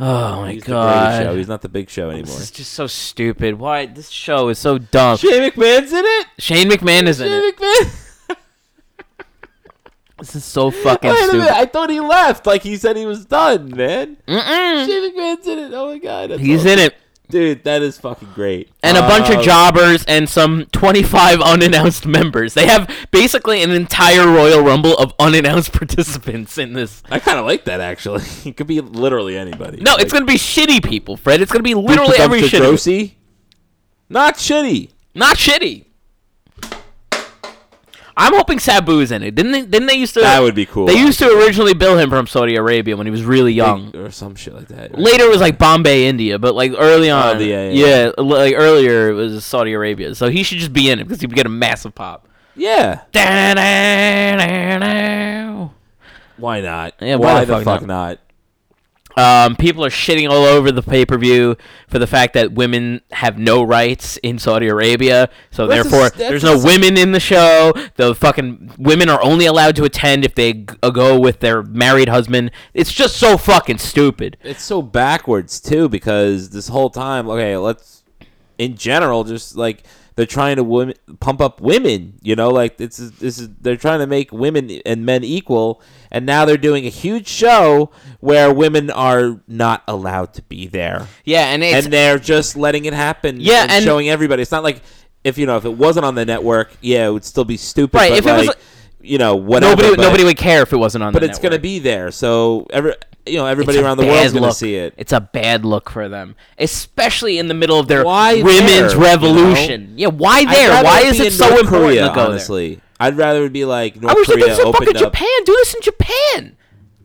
oh my
He's the greatest show.
god,
He's not the big show anymore.
this is just so stupid. Why this show is so dumb?
Shane McMahon's in it.
Shane McMahon is in it.
McMahon.
This is so fucking
Wait a minute!
stupid. Mm.
I thought he left. Like he said he was done, man. Shane McMahon's in it. Oh my god, that's
He's
awesome.
in it,
Dude, that is fucking great.
and a bunch of
Um,
jobbers and some twenty-five unannounced members. They have basically an entire Royal Rumble of unannounced participants in this.
I kind of like that actually. It could be literally anybody.
No, it's gonna be shitty people, Fred. It's gonna be literally every shitty.
Grossi? Not shitty.
Not shitty. I'm hoping Sabu's in it. Didn't they? Didn't they used to?
That would be cool.
They used to originally bill him from Saudi Arabia when he was really young.
or some shit like that.
Later it was like Bombay, India, but like early on,
Oh, the- yeah, yeah,
yeah, like earlier it was Saudi Arabia. So he should just be in it because he would get a massive pop.
Yeah.
Um,
Why not?
Yeah,
why, the fuck, not?
Um, people are shitting all over the pay per view for the fact that women have no rights in Saudi Arabia, so
That's a-
therefore
that's
there's
a-
no women in the show. The fucking women are only allowed to attend if they g- uh, go with their married husband. It's just so fucking stupid.
It's so backwards too because this whole time, okay, let's in general just like they're trying to women, pump up women. You know, like it's this is they're trying to make women and men equal, and now they're doing a huge show where women are not allowed to be there,
Yeah, and it's
and they're just letting it happen.
Yeah, and-
showing everybody. It's not like if you know if it wasn't on the network, yeah, it would still be stupid.
Right,
but
if it was
like, you know whatever.
nobody
but-
nobody would care if it wasn't on.
but
the
it's going to
network.
be there. So every you know everybody
It's a
around the world
bad
is going to
look.
see it.
It's a bad look for them, especially in the middle of their
Why
women's
there,
revolution. Yeah, why
I'd
there?
rather
Why
be
is
in
it so
North
important
Korea,
to go there?
honestly, I'd rather it be like North
I wish they did
Korea
this in fucking
opened up.
Japan. Do this in Japan.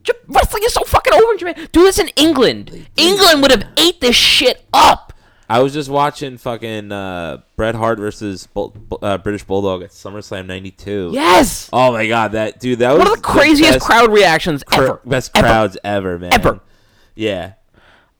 Ja- wrestling is so fucking over in Japan. Do this in England. England would have ate this shit up.
I was just watching fucking uh, Bret Hart versus Bull, Bu- uh, British Bulldog at SummerSlam '92.
Yes.
Oh my god, that dude, that was
One of the craziest
best,
crowd reactions
cr-
ever.
best
Ever.
crowds ever, man.
Ever.
Yeah.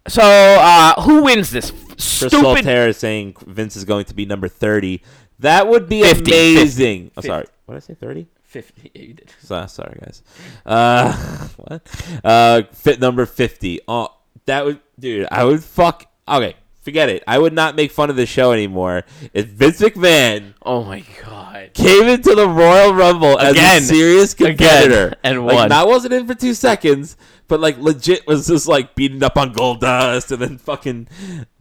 So, uh, who wins this f-
For Stupid.
stupid?
Solterra saying Vince is going to be number 30. That would be
50,
amazing. I'm sorry. What did I say? 30?
50. Yeah, you did.
So, sorry, guys. Uh, what? Uh, fit number fifty. Oh, that would, dude. I would fuck. Okay, forget it. I would not make fun of the show anymore if Vince McMahon
Oh my god.
came into the Royal Rumble
Again.
as a serious
Again.
competitor
And
like,
won.
Not wasn't in for two seconds, but like legit was just like beating up on Gold Dust and then fucking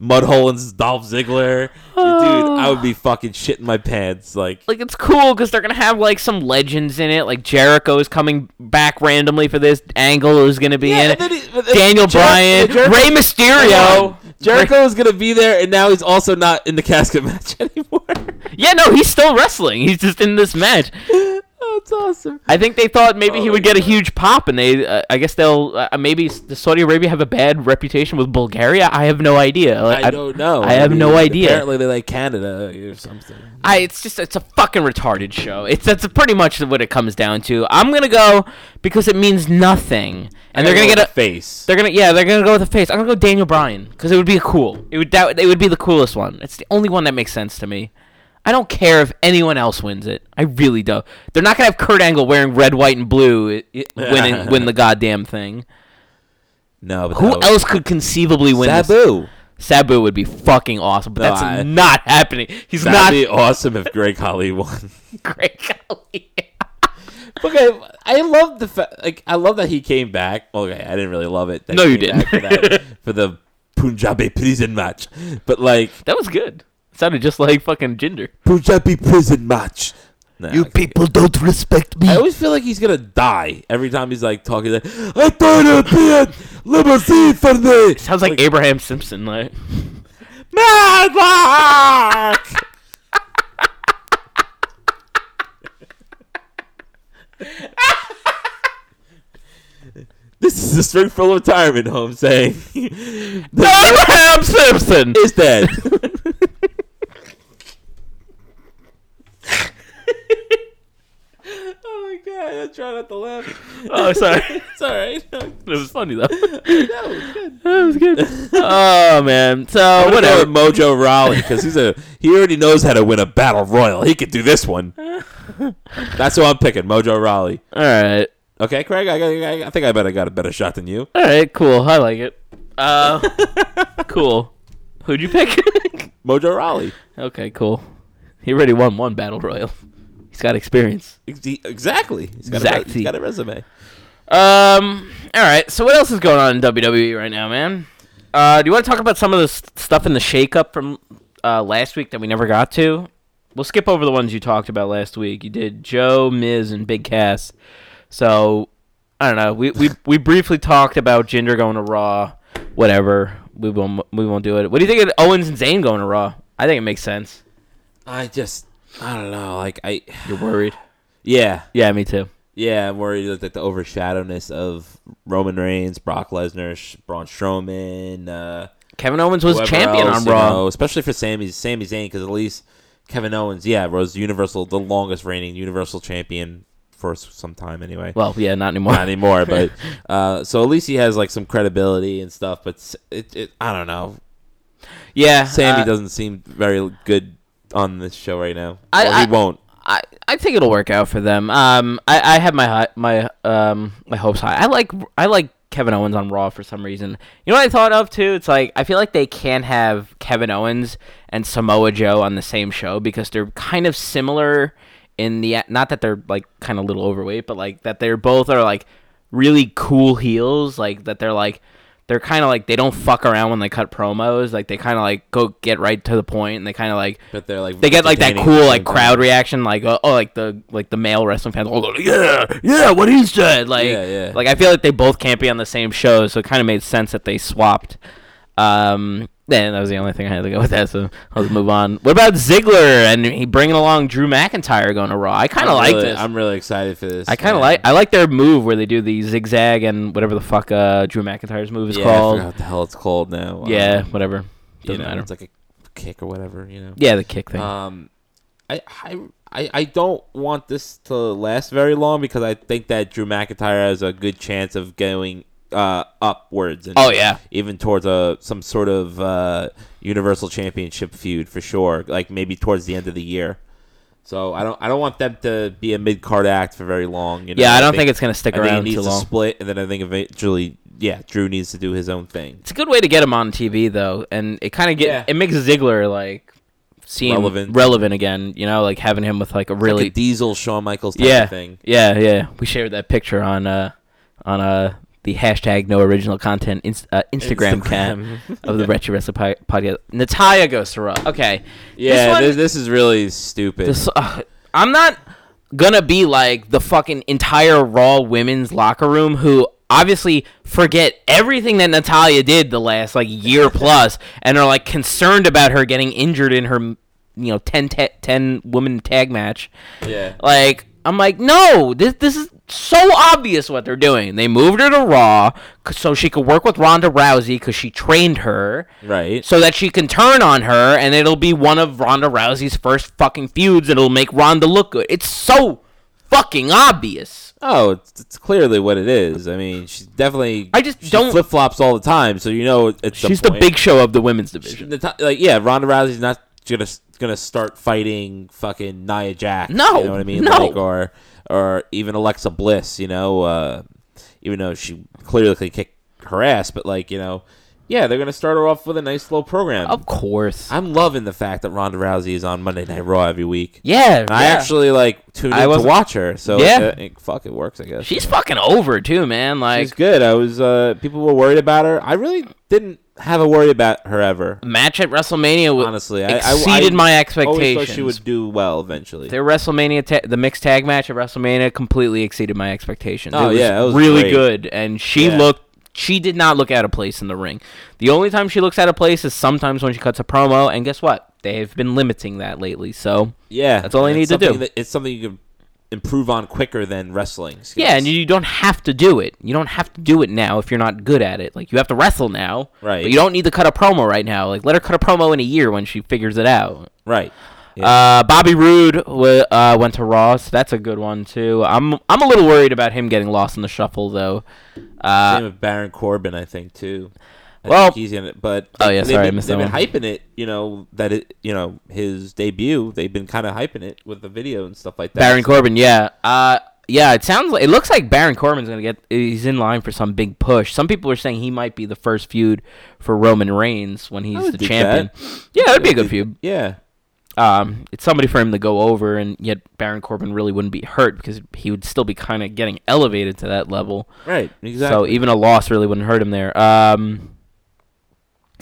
Mudhole and Dolph Ziggler. Dude, I would be fucking shitting my pants. Like,
like it's cool because they're gonna have like some legends in it. Like Jericho is coming back randomly for this. Angle is gonna be in
Yeah,
it.
and then he- but then
Daniel
Jer-
Bryan,
Jericho-
Rey Mysterio.
Jericho is gonna be there, and now he's also not in the casket match anymore.
Yeah, no, he's still wrestling. He's just in this match.
That's Oh, awesome.
I think they thought maybe he
Oh
would
my
get a huge pop, and they. Uh, I guess they'll. Uh, maybe s- does Saudi Arabia have a bad reputation with Bulgaria. I have no idea. Like,
I don't know.
I have no
mean,
idea.
Apparently, they like Canada or something.
I it's just it's a fucking retarded show. It's that's pretty much what it comes down to. I'm gonna go because it means nothing, and they're gonna get a.
face.
They're gonna yeah, they're gonna go with a face. I'm gonna go Daniel Bryan because it would be cool. It would that it would be the coolest one. It's the only one that makes sense to me. I don't care if anyone else wins it. I really don't. They're not gonna have Kurt Angle wearing red, white, and blue i- i- winning win the goddamn thing.
No, but
Who
that was-
else could conceivably win this?
Sabu.
Sabu would be fucking awesome, but
No,
that's
I-
not happening. He's
That'd
not
be awesome if Greg Holly won.
great. Khali.
okay, I love the fa- like. I love that he came back. Okay, I didn't really love it. that
No,
he
you
came back
didn't.
for, that, for the Punjabi prison match, but like
that was good. Sounded just like fucking Ginger.
Punjabi prison match. Nah, I can't-
don't respect me.
I always feel like he's gonna die every time he's like talking. Like, I thought it'd be a limousine for me.
Sounds like Abraham Simpson. Like
Madlock. this is a spring full of retirement home saying. the
Abraham Simpson.
is dead. oh my god! I try not to laugh.
Oh, sorry.
It's all right.
It was funny though. that was good. Oh man. So
I'm gonna
whatever.
go with Mojo Raleigh because he's a he already knows how to win a battle royal. He could do this one. That's who I'm picking, Mojo Raleigh.
All right.
Okay, Craig, I, I, I think I bet I got a better shot than you.
All right. Cool. I like it. Uh, cool. Who'd you pick?
Mojo Raleigh,
okay. Cool. He already won one battle royal. He's got experience.
Ex- he- exactly. He's got, A,
Exactly.
re- he's got a resume.
Um. All right. So what else is going on in WWE right now, man? Uh, do you want to talk about some of the s- stuff in the shakeup from uh, last week that we never got to? We'll skip over the ones you talked about last week. You did Joe, Miz, and Big Cass. So I don't know. We we, we briefly talked about Jinder going to Raw. Whatever. We won't we won't do it. What do you think of Owens and Zayn going to Raw? I think it makes sense.
I just I don't know. Like I
You're worried.
yeah
Yeah, me too.
yeah I'm worried like, that the overshadowness of Roman Reigns, Brock Lesnar, Sh- Braun Strowman. Uh,
Kevin Owens was
whoever
champion
else,
on
you
Raw.
know, especially for Sammy Sami Zayn, because at least Kevin Owens, yeah, was Universal the longest reigning Universal champion for s- some time anyway.
Well, yeah, not anymore.
Not anymore, but uh, so at least he has like some credibility and stuff. But s- it, it I don't know.
yeah,
Sammy
uh,
doesn't seem very good on this show right now.
I-
Well, he
I-
won't.
I, I think it'll work out for them. Um, I, I have my hi- my um my hopes high. I like I like Kevin Owens on Raw for some reason. You know what I thought of too? It's like I feel like they can't have Kevin Owens and Samoa Joe on the same show because they're kind of similar in the not that they're like kind of a little overweight, but like that they're both are like really cool heels, like that they're like they're kind of like they don't fuck around when they cut promos, like they kind of like go get right to the point and they kind of like
But they're like
they get like that
entertaining at
cool
the
like
same time.
crowd reaction, like oh, oh, like the like the male wrestling fans all go yeah yeah what he said like
Yeah, yeah.
like I feel like they both can't be on the same show, so it kind of made sense that they swapped. Um, then that was the only thing I had to go with that, so let's move on. What about Ziggler and he bringing along Drew McIntyre going to Raw? I kind of
I'm
like
really-
this.
I'm really excited for this.
I kind of
man.
like I like their move where they do the zigzag and whatever the fuck uh, Drew McIntyre's move is
yeah, I
called.
forgot what the hell it's called now. Um,
Yeah, whatever.
you
Doesn't
know,
matter.
It's like a kick or whatever, you know.
yeah, the kick thing.
Um, I, I, I, I don't want this to last very long because I think that Drew McIntyre has a good chance of going uh, upwards. And
Oh, yeah.
even towards a some sort of uh, Universal Championship feud for sure. Like maybe towards the end of the year. So I don't, I don't want them to be a mid card act for very long. You know?
Yeah, I don't think it's gonna stick
I think
around
it needs
too
to
long.
Split, and then I think eventually, yeah, Drew needs to do his own thing.
it's a good way to get him on TV though, and it kind of get
Yeah.
it makes Ziggler like seem
Relevant.
relevant. again. You know, like having him with like a really
Like a Diesel Shawn Michaels type
yeah
of thing.
yeah yeah. We shared that picture on uh on uh the hashtag no original content inst- uh, Instagram,
Instagram.
cat of the Retro Wrestling Pod- podcast. Natalia goes to Raw. Okay,
Yeah,
This one-
this, this is really stupid.
this- uh, I'm not gonna be like the fucking entire Raw women's locker room who obviously forget everything that Natalia did the last like year plus and are like concerned about her getting injured in her you know 10 ta- 10 woman tag match.
yeah.
Like I'm like, no, this this is so obvious what they're doing. They moved her to Raw c- so she could work with Ronda Rousey because she trained her,
Right.
So that she can turn on her, and it'll be one of Ronda Rousey's first fucking feuds. and It'll make Ronda look good. It's so fucking obvious.
Oh, it's, it's clearly what it is. I mean, she's definitely.
I just
she
don't-
flip flops all the time, so you know it- it's.
She's the big show of the women's division.
The ti- like yeah, Ronda Rousey's not gonna gonna start fighting fucking Nia Jax.
No,
you know what I mean.
no.
Like, or or even Alexa Bliss. You know, uh, even though she clearly could kick her ass, but like you know, yeah, they're gonna start her off with a nice little program.
Of course.
I'm loving the fact that Ronda Rousey is on Monday Night Raw every week.
yeah.
And I
yeah.
actually like tuned
I
in to
wasn't-
watch her. So
Yeah.
uh, it, fuck, it works. I guess
She's fucking over too, man. Like
She's good. I was uh, people were worried about her. I really didn't have a worry about her ever.
match at WrestleMania was
Honestly, I- I
exceeded
I
my
Always
expectations.
thought she would do well eventually.
Their WrestleMania, ta- the mixed tag match at WrestleMania, completely exceeded my expectations.
Oh,
it was
yeah, it was
really
great.
good, and she
Yeah.
looked. She did not look out of place in the ring. The only time she looks out of place is sometimes when she cuts a promo, and guess what? They've been limiting that lately. So
yeah,
That's all I
and it's
need to do.
something that- it's something you can improve on quicker than wrestling. Skills.
yeah, and you don't have to do it. You don't have to do it now if you're not good at it. Like you have to wrestle now,
Right.
But you don't need to cut a promo right now. Like let her cut a promo in a year when she figures it out.
right.
Uh, Bobby Roode w- uh, went to Raw, so that's a good one too. I'm I'm a little worried about him getting lost in the shuffle though.
Same with Baron Corbin, I think too. I
Uh, Well-
think he's in it, but
Oh, yeah,
they've
sorry, I
been,
missed
they've
that
been
one.
hyping it. You know that it, you know his debut. They've been kind of hyping it with the video and stuff like that.
Baron Corbin, yeah, uh, yeah. It sounds like it looks like Baron Corbin's gonna get. He's in line for some big push. Some people are saying he might be the first feud for Roman Reigns when he's
would
the
dig
champion.
that.
Yeah, that'd be a good feud.
Yeah,
Um, it's somebody for him to go over, and yet Baron Corbin really wouldn't be hurt because he would still be kind of getting elevated to that level.
right.
So
Exactly.
e- even a loss really wouldn't hurt him there. Um,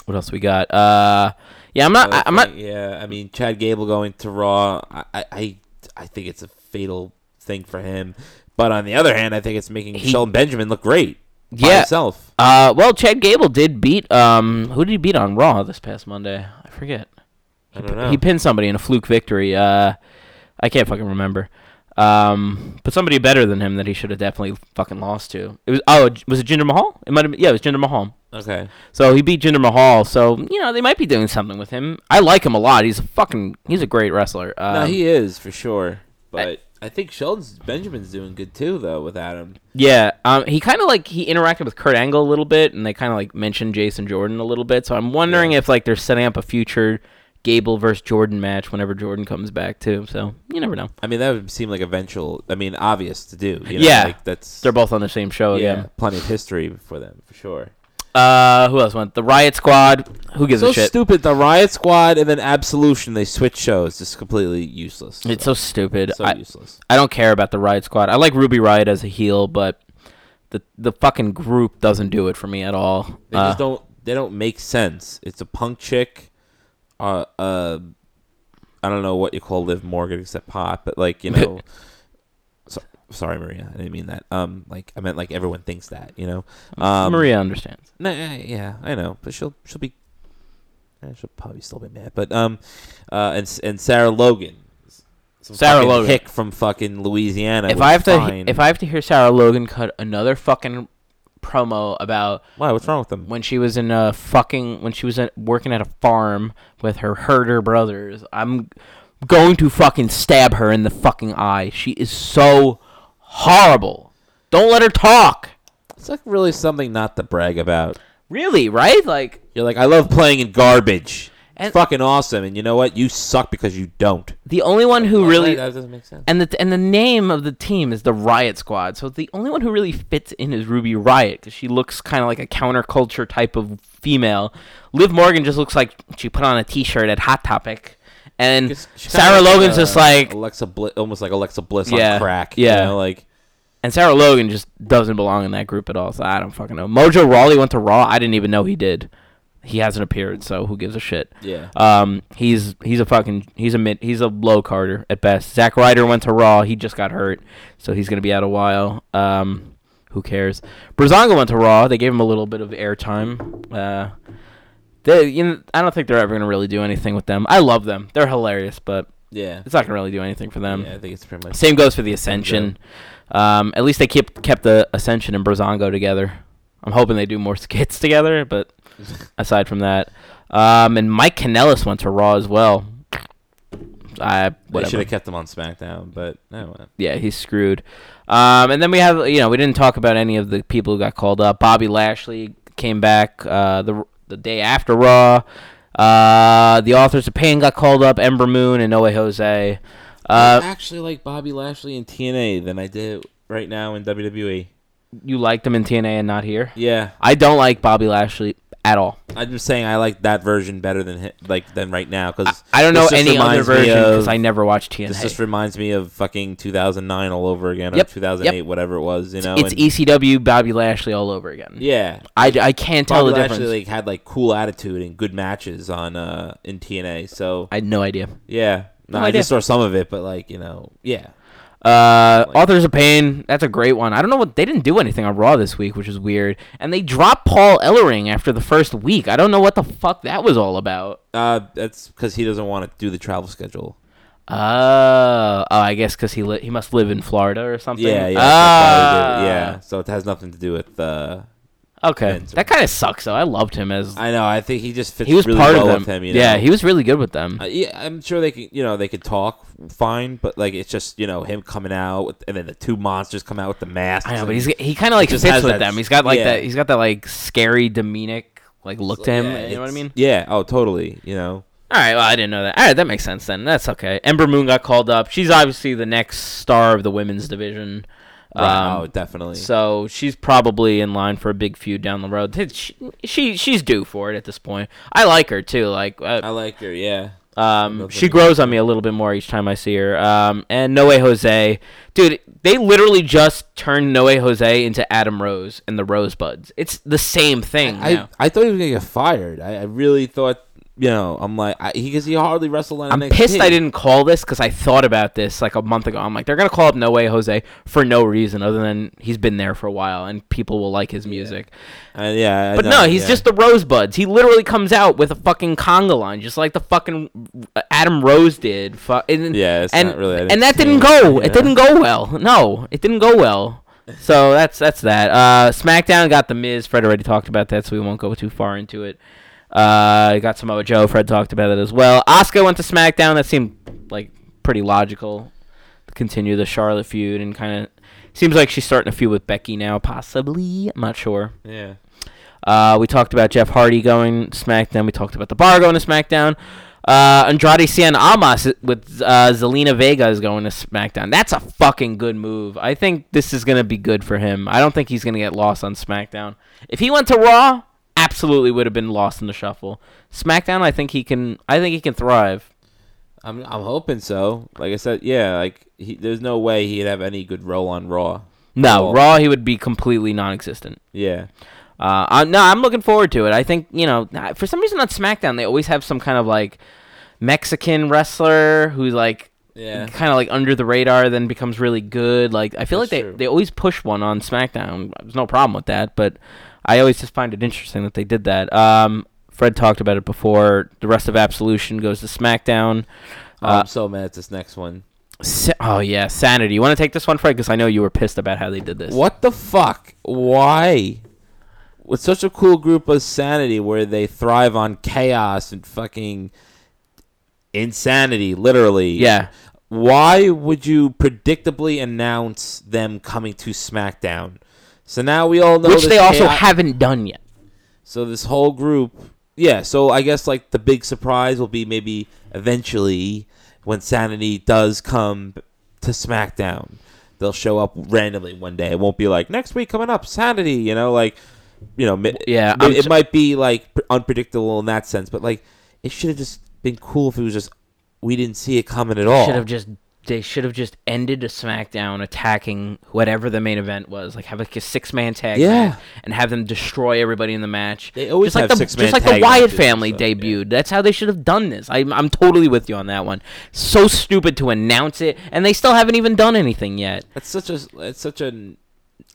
what else we got? Uh, yeah, I'm not. I,
Another
I'm not.
thing, Yeah, I mean Chad Gable going to Raw. I, I- I, I think it's a fatal thing for him. But on the other hand, I think it's making Sheldon Benjamin look great by
Yeah.
himself.
Uh, well, Chad Gable did beat. Um, who did he beat on Raw this past Monday? I forget.
I don't know.
He pinned somebody in a fluke victory. Uh, I can't fucking remember. Um, but somebody better than him that he should have definitely fucking lost to. It was oh, was it Jinder Mahal? It might have. been- Yeah, it was Jinder Mahal.
okay.
So he beat Jinder Mahal. So you know they might be doing something with him. I like him a lot. He's a fucking. He's a great wrestler. Um,
no, he is for sure. But I, think Sheldon Benjamin's doing good too, though, without him.
Yeah, um, he kind of like he interacted with Kurt Angle a little bit, and they kind of like mentioned Jason Jordan a little bit. So I'm wondering if like they're setting up a future Gable versus Jordan match whenever Jordan comes back too. So you never know.
I mean, that would seem like eventual. I mean, obvious to do. You know?
Yeah.
like that's
They're both on the same show
yeah,
again.
plenty of history for them for sure.
Uh, who else went? The Riot Squad. Who gives
So
a shit?
stupid. The Riot Squad and then Absolution they switch shows. Just completely useless.
It's so stupid.
so
I,
useless.
I don't care about the Riot Squad. I like Ruby Riot as a heel, but the the fucking group doesn't do it for me at all.
They
Uh,
just don't. They don't make sense. It's a punk chick. Uh, uh, I don't know what you call Liv Morgan except pop, but like you know. so, sorry, Maria. I didn't mean that. Um, like I meant like everyone thinks that. You know. Um,
Maria understands.
Nah, eh, yeah, I know, but she'll she'll be. eh, She'll probably still be mad, but um, uh, and S- and Sarah Logan, Some
Sarah
fucking
Logan.
hick from fucking Louisiana.
If I have to, if I have to hear Sarah Logan cut another fucking promo about
why? What's wrong with them?
when she was in a fucking when she was at, working at a farm with her herder brothers i'm going to fucking stab her in the fucking eye she is so horrible don't let her talk
It's like really something not to brag about.
really right like
You're like, I love playing in garbage.
And-
it's fucking awesome, and you know what? You suck because you don't.
the only one who really
that doesn't make sense.
and the and the name of the team is the Riot Squad. So the only one who really fits in is Ruby Riot because she looks kind of like a counterculture type of female. Liv Morgan just looks like she put on a T-shirt at Hot Topic, and Sarah
uh,
Logan's just like
Alexa, Bli- almost like Alexa Bliss
Yeah,
on crack.
yeah.
you know, like
And Sarah Logan just doesn't belong in that group at all, so I don't fucking know. Mojo Rawley went to Raw. I didn't even know he did. He hasn't appeared, so who gives a shit?
Yeah.
Um, he's he's a fucking he's a mid he's a low carder at best. Zack Ryder went to Raw. He just got hurt, so he's gonna be out a while. Um, who cares? Brazonga went to Raw. They gave him a little bit of airtime. Uh, they you know, I don't think they're ever gonna really do anything with them. I love them. They're hilarious, but
yeah,
it's um, not gonna really do anything for them.
yeah. I think it's pretty much
Same goes for the Ascension. Um, at least they kept kept the Ascension and Brazongo together. I'm hoping they do more skits together, but aside from that, um, and Mike Kanellis went to Raw as well. I
They should
whatever.
have kept them on SmackDown, but no. uh,
Yeah, he's screwed. Um, and then we have you know we didn't talk about any of the people who got called up. Bobby Lashley came back uh, the the day after Raw. Uh, the authors of Pain got called up. Ember Moon and Noah Jose. Uh,
I actually like Bobby Lashley in TNA than I did right now in WWE.
you liked them in TNA and not here.
Yeah,
I don't like Bobby Lashley at all.
I'm just saying I like that version better than hi- like than right now because
I don't know any other version because I never watched
This
TNA.
just reminds me of fucking 2009 all over again,
Yep,
or 2008,
yep.
whatever it was. You know,
it's
and-
ECW E Bobby Lashley all over again.
Yeah,
I, I can't tell
Bobby
the
Lashley
difference.
like had like cool attitude and good matches on uh in TNA. So
I had no idea.
yeah, no,
No
I
idea.
just saw some of it, but like you know, yeah,
Uh, Authors of Pain, that's a great one. I don't know what they didn't do anything on Raw this week, which is weird. And they dropped Paul Ellering after the first week. I don't know what the fuck that was all about.
uh, that's because he doesn't want to do the travel schedule.
Uh, oh, I guess because he li- he must live in Florida or something.
Yeah, yeah, that's
Ah,
probably the- yeah. So it has nothing to do with. Uh,
Okay, that kind of sucks though. I loved him as
I know. I think he just fits.
he was
really
part
well
of them.
With him, you
Yeah,
know?
he was really good with them.
Uh, yeah, I'm sure they can. You know, they could talk fine, but like it's just you know him coming out, with, and then the two monsters come out with the masks.
I know,
and-
but he's he kind of like
just
fits
has
with
that-
them. He's got like
yeah.
that. He's got that like scary demonic like look to him. you know what I
it's-
mean?
Yeah. Oh, totally. You know.
All right. Well, I didn't know that. All right, that makes sense then. That's okay. Ember Moon got called up. She's obviously the next star of the women's division.
Right,
Um,
oh, definitely.
So she's probably in line for a big feud down the road. She, she she's due for it at this point. I like her too. Like uh,
I like her. Yeah.
Um,
love
she
that
grows on me a little bit more each time I see her. Um, and Noe Jose, dude, they literally just turned Noe Jose into Adam Rose and the Rosebuds. It's the same thing.
I,
now.
I thought he was gonna get fired. I, I really thought. You know, I'm like, because he, 'cause he hardly wrestled on.
I'm
NXT.
pissed I didn't call this because I thought about this like a month ago. I'm like, they're gonna call up Noe Jose for no reason other than he's been there for a while and people will like his music.
Uh, yeah, I
But
know,
no, he's
yeah.
just the Rosebuds. He literally comes out with a fucking conga line, just like the fucking uh, Adam Rose did. Fu- and,
Yeah, it's
and,
not really
and that didn't
entertaining,
go. It
yeah.
didn't go well. No, it didn't go well. So that's that's that. Uh, SmackDown got the Miz. Fred already talked about that, so we won't go too far into it. Uh, got Samoa Joe. Fred talked about it as well. Oscar went to SmackDown. That seemed like pretty logical. Continue the Charlotte feud and kind of seems like she's starting a feud with Becky now, possibly. I'm not sure.
Yeah.
Uh, we talked about Jeff Hardy going to SmackDown. We talked about the bar going to SmackDown. Uh, Andrade Cien Almas with uh, Zelina Vega is going to SmackDown. That's a fucking good move. I think this is going to be good for him. I don't think he's going to get lost on SmackDown. If he went to Raw, absolutely would have been lost in the shuffle. SmackDown, I think he can. I think he can thrive.
I'm I'm hoping so. Like I said, yeah, like he, there's no way he'd have any good role on Raw.
No,
Raw.
Raw, he would be completely non-existent.
Yeah.
Uh, I, no, I'm looking forward to it. I think you know, for some reason on SmackDown they always have some kind of like Mexican wrestler who's like
Yeah.
kind of like under the radar, then becomes really good. Like I feel
That's
like they,
true.
they always push one on SmackDown. There's no problem with that, but I always just find it interesting that they did that. Um, Fred talked about it before. The rest of Absolution goes to SmackDown.
Oh,
Uh,
I'm so mad at this next one.
Sa- oh yeah, Sanity. You want to take this one, Fred? Because I know you were pissed about how they did this.
What the fuck? Why? With such a cool group of sanity where they thrive on chaos and fucking insanity, literally.
Yeah.
Why would you predictably announce them coming to SmackDown? So now we all know
Which
this
they also
chaos-
haven't done yet.
So this whole group, yeah. So I guess like the big surprise will be maybe eventually when Sanity does come to SmackDown, they'll show up randomly one day. It won't be like next week coming up Sanity, you know, like you know, mi-
Yeah, I'm
It, it
s-
might be like pr- unpredictable in that sense, but like it should have just been cool if it was just we didn't see it coming at all.
should have just they should have just ended a SmackDown attacking whatever the main event was, like have like a six man tag
Yeah.
match and have them destroy everybody in the match.
They
just
always
like
have
the,
six-man
just like the
tag
Wyatt
matches and
family
stuff, yeah.
debuted. That's how they should have done this. I'm I'm totally with you on that one. So stupid to announce it, and they still haven't even done anything yet.
That's such a it's such an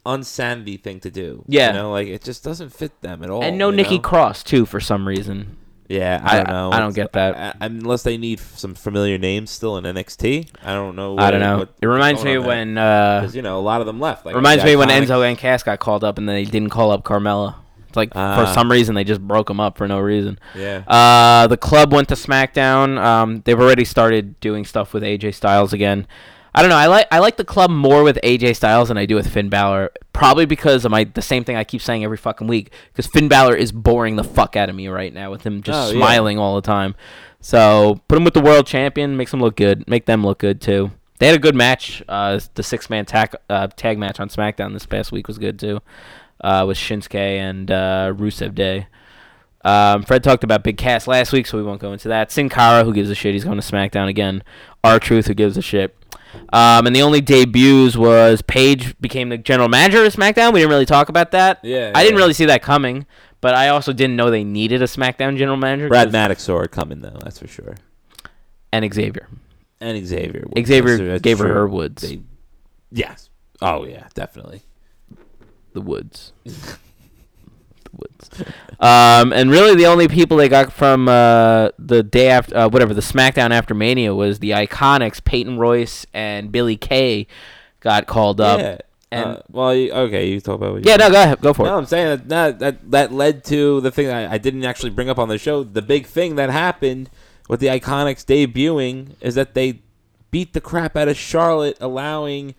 unsanity thing to do.
Yeah.
you know, like it just doesn't fit them at all.
and no
you
Nikki
know?
Cross too for some reason.
Yeah, I
I-
don't know.
I don't get that.
I- I- unless they need f- some familiar names still in NXT. I don't know.
I
what-
don't know.
what-
it reminds me
what's going on
when
there.
uh
'Cause, you know a lot of them left. Like
reminds
the
me when
Iconics-
Enzo and Cass got called up and then they didn't call up Carmella. It's like for
Ah.
some reason they just broke them up for no reason.
Yeah.
Uh, the club went to SmackDown. Um, they've already started doing stuff with AJ Styles again. I don't know. I like I like the club more with AJ Styles than I do with Finn Balor. Probably because of my the same thing I keep saying every fucking week. Because Finn Balor is boring the fuck out of me right now with him just
Oh, yeah.
smiling all the time. So put him with the world champion. Makes him look good. Make them look good too. They had a good match. Uh, the six man tag uh, tag match on SmackDown this past week was good too. Uh, with Shinsuke and uh, Rusev Day. Um, Fred talked about Big Cass last week, so we won't go into that. Sin Cara, who gives a shit, he's going to SmackDown again. R Truth, who gives a shit. Um, and the only debuts was Paige became the general manager of SmackDown. We didn't really talk about that.
Yeah,
I didn't
yeah.
really see that coming, but I also didn't know they needed a SmackDown general manager.
Brad
'cause-
Maddox are coming though, that's for sure.
and Xavier.
And Xavier. Woods.
Xavier
That's- that's
gave her
true.
her woods.
They- yes. Oh yeah, definitely.
the woods. the woods. Um, and really, the only people they got from uh, the day after, uh, whatever, the SmackDown after Mania was the Iconics, Peyton Royce and Billy Kay got called up.
yeah.
and-
uh, well, you, okay, you talk about what you
Yeah, no, go ahead, go for
No,
it.
I'm saying that that, that that led to the thing I, I didn't actually bring up on the show. The big thing that happened with the Iconics debuting is that they beat the crap out of Charlotte, allowing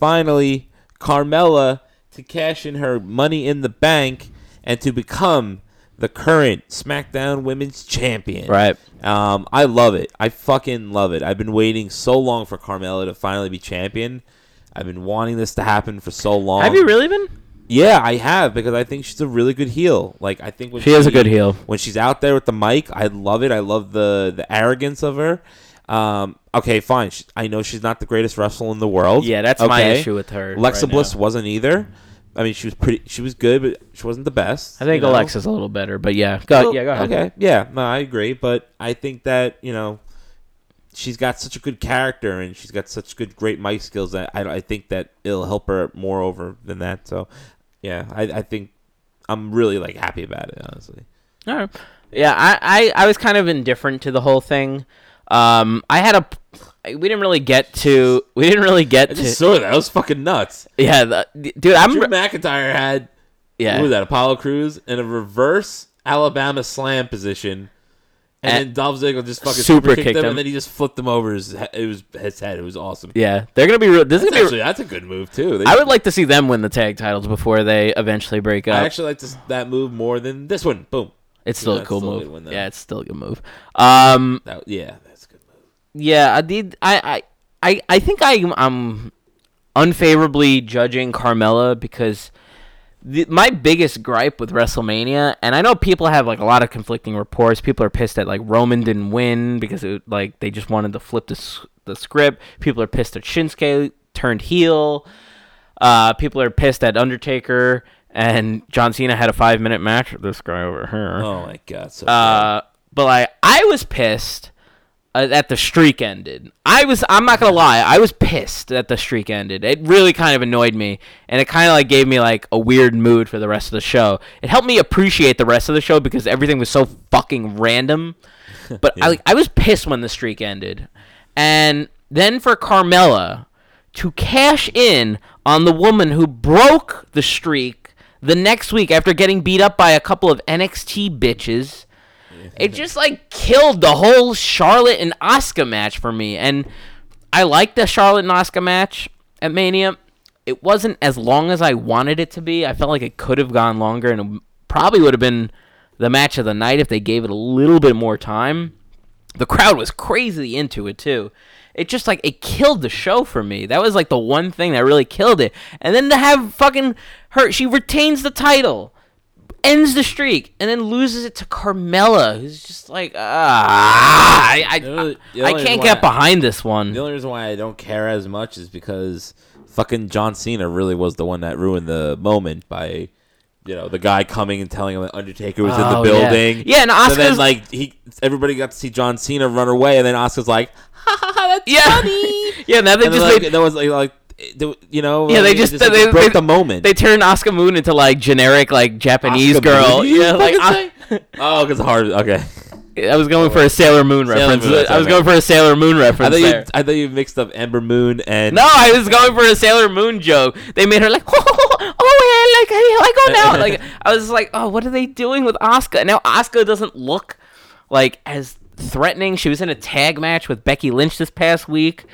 finally Carmella to cash in her money in the bank and to become the current SmackDown Women's Champion.
Right.
Um, I love it. I fucking love it. I've been waiting so long for Carmella to finally be champion. I've been wanting this to happen for so long.
Have you really been?
Yeah, I have because I think she's a really good heel. Like I think when
She is a good heel.
When she's out there with the mic, I love it. I love the the arrogance of her. Um, okay, fine. She, I know she's not the greatest wrestler in the world.
Yeah, that's my issue with her
Alexa
right
Bliss
now.
wasn't either. I mean, she was pretty. She was good, but she wasn't the best.
I think
you know?
Alexa's a little better, but yeah, go,
Well,
yeah, go ahead.
Oh, Okay, yeah, no, I agree, but I think that you know she's got such a good character and she's got such good great mic skills that I, I think that it'll help her more over than that. So yeah, I, I think I'm really like happy about it honestly.
All right. Yeah, I, I, I was kind of indifferent to the whole thing. Um, I had a, we didn't really get to, we didn't really get
I
to,
just saw that. That was fucking nuts.
yeah, the, dude, I'm,
Drew McIntyre had
yeah.
what was that Apollo Cruz in a reverse Alabama slam position. And,
And-
then Dolph Ziggler just fucking
Super
super kicked,
kicked
him,
him.
and then he just flipped him over his he- it was his head. It was awesome.
Yeah, they're gonna be. Real, this is
That's
gonna be.
actually that's a good move too. They
I would like to see them win the tag titles before they eventually break up.
I actually like this, that move more than this one. Boom.
It's still a
that's
cool
still a good
move.
one, though.
yeah, it's still a good move. Um,
That, yeah, that's a good. Move.
yeah, I did. I I I, I think I I'm unfavorably judging Carmella because. The, my biggest gripe with WrestleMania, and I know people have like a lot of conflicting reports. People are pissed that like Roman didn't win because it like they just wanted to flip the s- the script. People are pissed that Shinsuke turned heel. Uh, people are pissed that Undertaker and John Cena had a five minute match with this guy over here.
Oh my god. So
Uh, but like I was pissed uh, that the streak ended. I was I'm not gonna lie, I was pissed that the streak ended. It really kind of annoyed me, and it kind of like gave me like a weird mood for the rest of the show. It helped me appreciate the rest of the show because everything was so fucking random. But I like I was pissed when the streak ended, and then for Carmella to cash in on the woman who broke the streak the next week after getting beat up by a couple of NXT bitches. It just like killed the whole Charlotte and Oscar match for me. And I liked the Charlotte and Oscar match at Mania. It wasn't as long as I wanted it to be. I felt like it could have gone longer and it probably would have been the match of the night if they gave it a little bit more time the crowd was crazy into it too. It just like it killed the show for me. That was like the one thing that really killed it. And then to have fucking her, she retains the title, ends the streak, and then loses it to Carmella, who's just like ah, I I,
The only- the
I
only
can't
one
get
I-
behind this one.
the only reason why I don't care as much is because fucking John Cena really was the one that ruined the moment by. You know the guy coming and telling him that Undertaker was in the
Oh, yeah.
building.
Yeah, and
So then
Asuka's-
like he, everybody got to see John Cena run away, and then Oscar's like,
yeah, yeah. Now they
and then,
just
like,
made-
that was like, like it- you know,
yeah,
like,
they
it
just,
like,
they,
broke
they-
the moment.
They turned Oscar Moon into like generic like Japanese
Asuka
girl.
Moon, you
yeah, like
fucking
I-
oh, because hard. Okay,
I was going for a Sailor Moon
Sailor
reference.
Moon, that's
I was
what I
going for a Sailor Moon
I
reference.
thought you,
there.
I thought you mixed up Ember Moon and
No, I was going for a Sailor Moon joke. They made her like, oh, oh, well, like, hey, I go now. Like, I was like, oh, what are they doing with Asuka? Now Asuka doesn't look like as threatening. She was in a tag match with Becky Lynch this past week,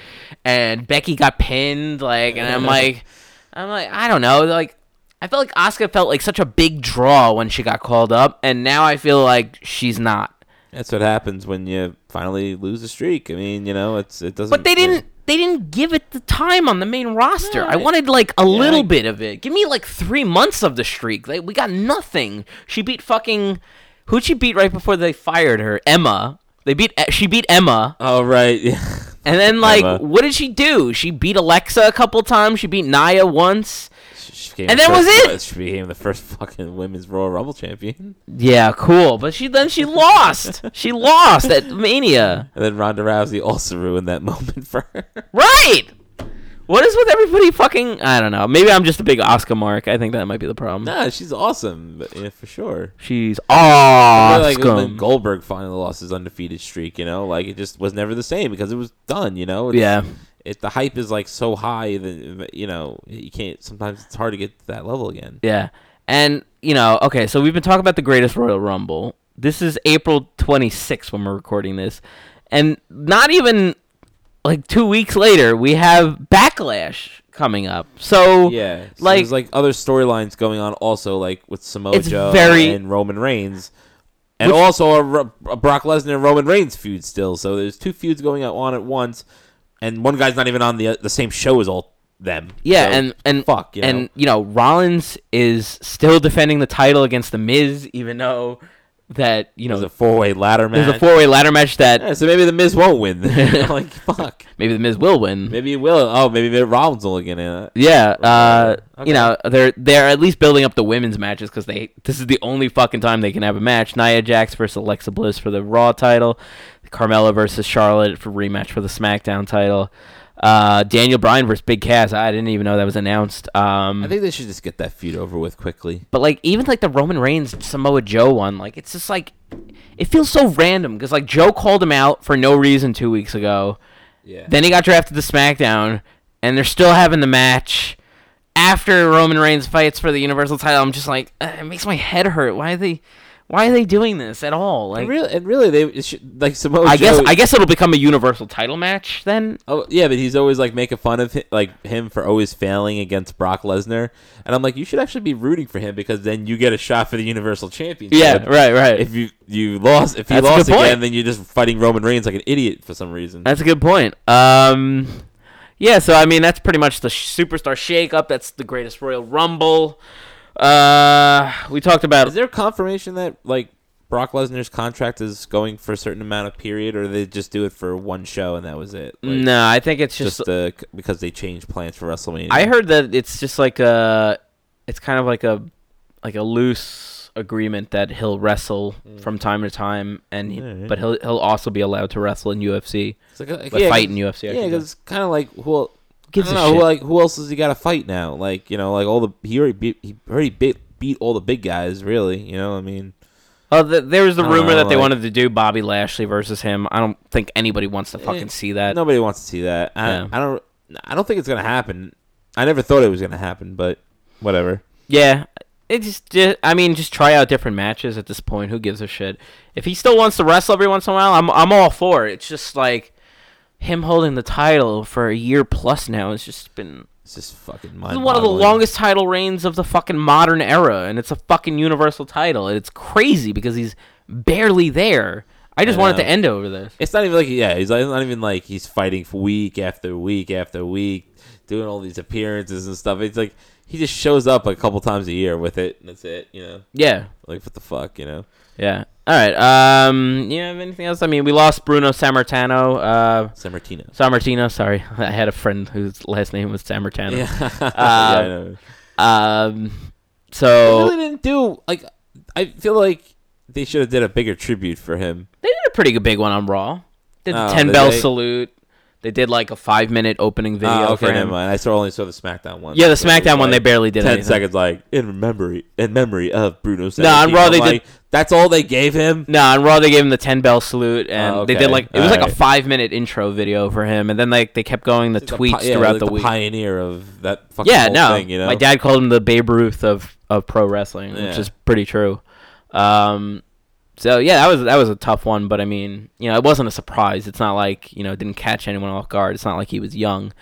and Becky got pinned. Like, and I'm like, I'm like, I don't know. Like, I felt like Asuka felt like such a big draw when she got called up, and now I feel like she's not.
That's what happens when you finally lose a streak. I mean, you know, it's it doesn't.
But they didn't. They didn't give it the time on the main roster. I wanted like a little bit of it. Give me like three months of the streak. Like we got nothing. She beat fucking who'd she beat right before they fired her? Emma. They beat. E, She beat Emma.
Oh right, yeah.
And then like,
Emma.
what did she do? She beat Alexa a couple times. She beat Naya once.
She became
And
the
that was
first-
it!
She became the first fucking women's Royal Rumble champion,
Yeah, cool. But she then she lost. She lost at Mania.
and then Ronda Rousey also ruined that moment for her.
Right. What is with everybody fucking? I don't know. Maybe I'm just a big Oscar mark. I think that might be the problem.
nah, she's awesome, but, yeah, for sure.
She's
But, Like when
awesome.
Goldberg finally lost his undefeated streak, you know, like it just was never the same because it was done. You know, It's-
Yeah.
It, the hype is like so high that you know you can't. Sometimes it's hard to get to that level again.
yeah. And, you know, okay, so we've been talking about the greatest Royal Rumble. This is April 26th when we're recording this. And not even like two weeks later, we have Backlash coming up. So,
Yeah, so
like,
there's like other storylines going on also, like with Samoa
It's
Joe
very-
and Roman Reigns, and also a, Ro- a Brock Lesnar and Roman Reigns feud still. So there's two feuds going on at once, and one guy's not even on the the same show as all them.
yeah,
So,
and, and,
fuck, you
and,
know.
you know, Rollins is still defending the title against The Miz, even though that, you know,
there's a four way ladder match.
there's a four way ladder match that
Yeah, so maybe the Miz won't win. like fuck,
maybe The Miz will win.
maybe it will. Oh, maybe Mitt Rollins will get in. it.
Yeah, uh,
Okay.
you know they're they're at least building up the women's matches because they this is the only fucking time they can have a match. Nia Jax versus Alexa Bliss for the Raw title, Carmella versus Charlotte for rematch for the SmackDown title, uh, Daniel Bryan versus Big Cass. I didn't even know that was announced. Um,
I think they should just get that feud over with quickly.
but like even like the Roman Reigns Samoa Joe one, like it's just like it feels so random because like Joe called him out for no reason two weeks ago.
Yeah.
Then he got drafted to SmackDown, and they're still having the match after Roman Reigns fights for the Universal title. I'm just like, uh, it makes my head hurt. Why are they? Why are they doing this at all? Like,
And really, and really, they it should, like Samoa.
I guess
Oh, Joe-
I guess it'll become a universal title match then.
Oh yeah, but he's always like making fun of hi like him for always failing against Brock Lesnar, and I'm like, you should actually be rooting for him because then you get a shot for the Universal Championship.
right, right.
If you you lost, if he
That's a
lost
good point.
again, then you're just fighting Roman Reigns like an idiot for some reason.
That's a good point. Um, yeah, so I mean that's pretty much the sh- superstar shakeup. That's the greatest Royal Rumble. Uh, we talked about
Is there confirmation that like Brock Lesnar's contract is going for a certain amount of period, or they just do it for one show and that was it? Like,
no. I think it's
just
just.
uh, c- because they changed plans for WrestleMania.
I heard that it's just like a. It's kind of like a, like a loose agreement that he'll wrestle from time to time, and he,
Alright.
but he'll he'll also be allowed to wrestle in UFC.
It's like, like,
But fight in UFC, I
Yeah,
think.
because it's kind of like who el-
Gives
I don't
a
know,
shit.
Who, like who else has he got to fight now? Like you know, like all the he already beat he already beat beat all the big guys. Really, you know, I mean,
Oh, th there was the
I don't
rumor
know,
that they
like-
wanted to do Bobby Lashley versus him. I don't think anybody wants to fucking see that.
nobody wants to see that. I,
Yeah.
I don't. I don't think it's gonna happen. I never thought it was gonna happen, but whatever.
Yeah. It just, ju- I mean, just try out different matches at this point. Who gives a shit? If he still wants to wrestle every once in a while, I'm, I'm all for it. It's just like him holding the title for a year plus now has just been
It's just fucking
this
mind.
is one of the longest title reigns of the fucking modern era, and it's a fucking universal title. And it's crazy because he's barely there. I just
I
wanted
know.
to end over this.
It's not even like yeah, he's like, not even like he's fighting for week after week after week, doing all these appearances and stuff. It's like he just shows up a couple times a year with it, and that's it. You know,
Yeah,
like what the fuck, you know.
yeah. All right. Um, you have anything else? I mean, we lost Bruno Sammartano. Uh,
San Martino.
Sammartino. Sorry, I had a friend whose last name was Sammartano.
Yeah. Yeah, I know.
Um,
They
so
really didn't do like. I feel like they should have did a bigger tribute for him.
they did a pretty good big one on Raw. Did the
Oh,
ten
did
bell
they?
salute. They did like a five minute opening video
Oh, okay,
for
never
him.
mind. I saw only saw the SmackDown one.
Ah, Yeah, the
So it was
SmackDown one,
like
they barely did
ten
anything.
seconds. Like in memory, in memory of Bruno.
No, on
Sammartino.
Raw they did-
I'm like, That's all they gave him.
No, on Raw they gave him the ten bell salute, and
Oh,
they did
okay.
like it was like a
Alright.
five minute intro video for him, and then like they kept going the
The pi-
tweets
yeah,
throughout
like
the week.
Pioneer of that fucking
yeah,
whole
no,
thing, you know.
my dad called him the Babe Ruth of of pro wrestling, which
Yeah.
is pretty true. Um, so yeah, that was that was a tough one, but I mean, you know, it wasn't a surprise. It's not like you know, it didn't catch anyone off guard. It's not like he was young.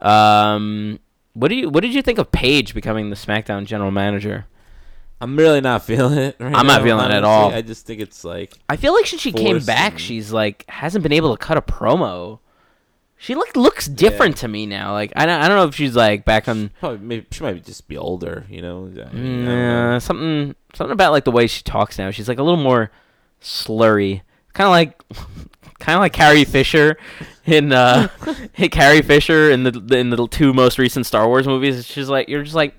Um, what do you what did you think of Paige becoming the SmackDown general manager?
I'm really not feeling it. Right
I'm not
now,
feeling it at
honestly.
all.
I just think it's like
I feel like since she came
Force
back,
and-
she's like hasn't been able to cut a promo. She like looks different to me now. Like I don't, I don't know if she's like back on
probably maybe she might just be older, you know. I mean, I don't know.
Yeah, something something about like the way she talks now. She's like a little more slurry, kind of like kind of like Carrie Fisher in uh Carrie Fisher in the, the in the two most recent Star Wars movies. She's like you're just like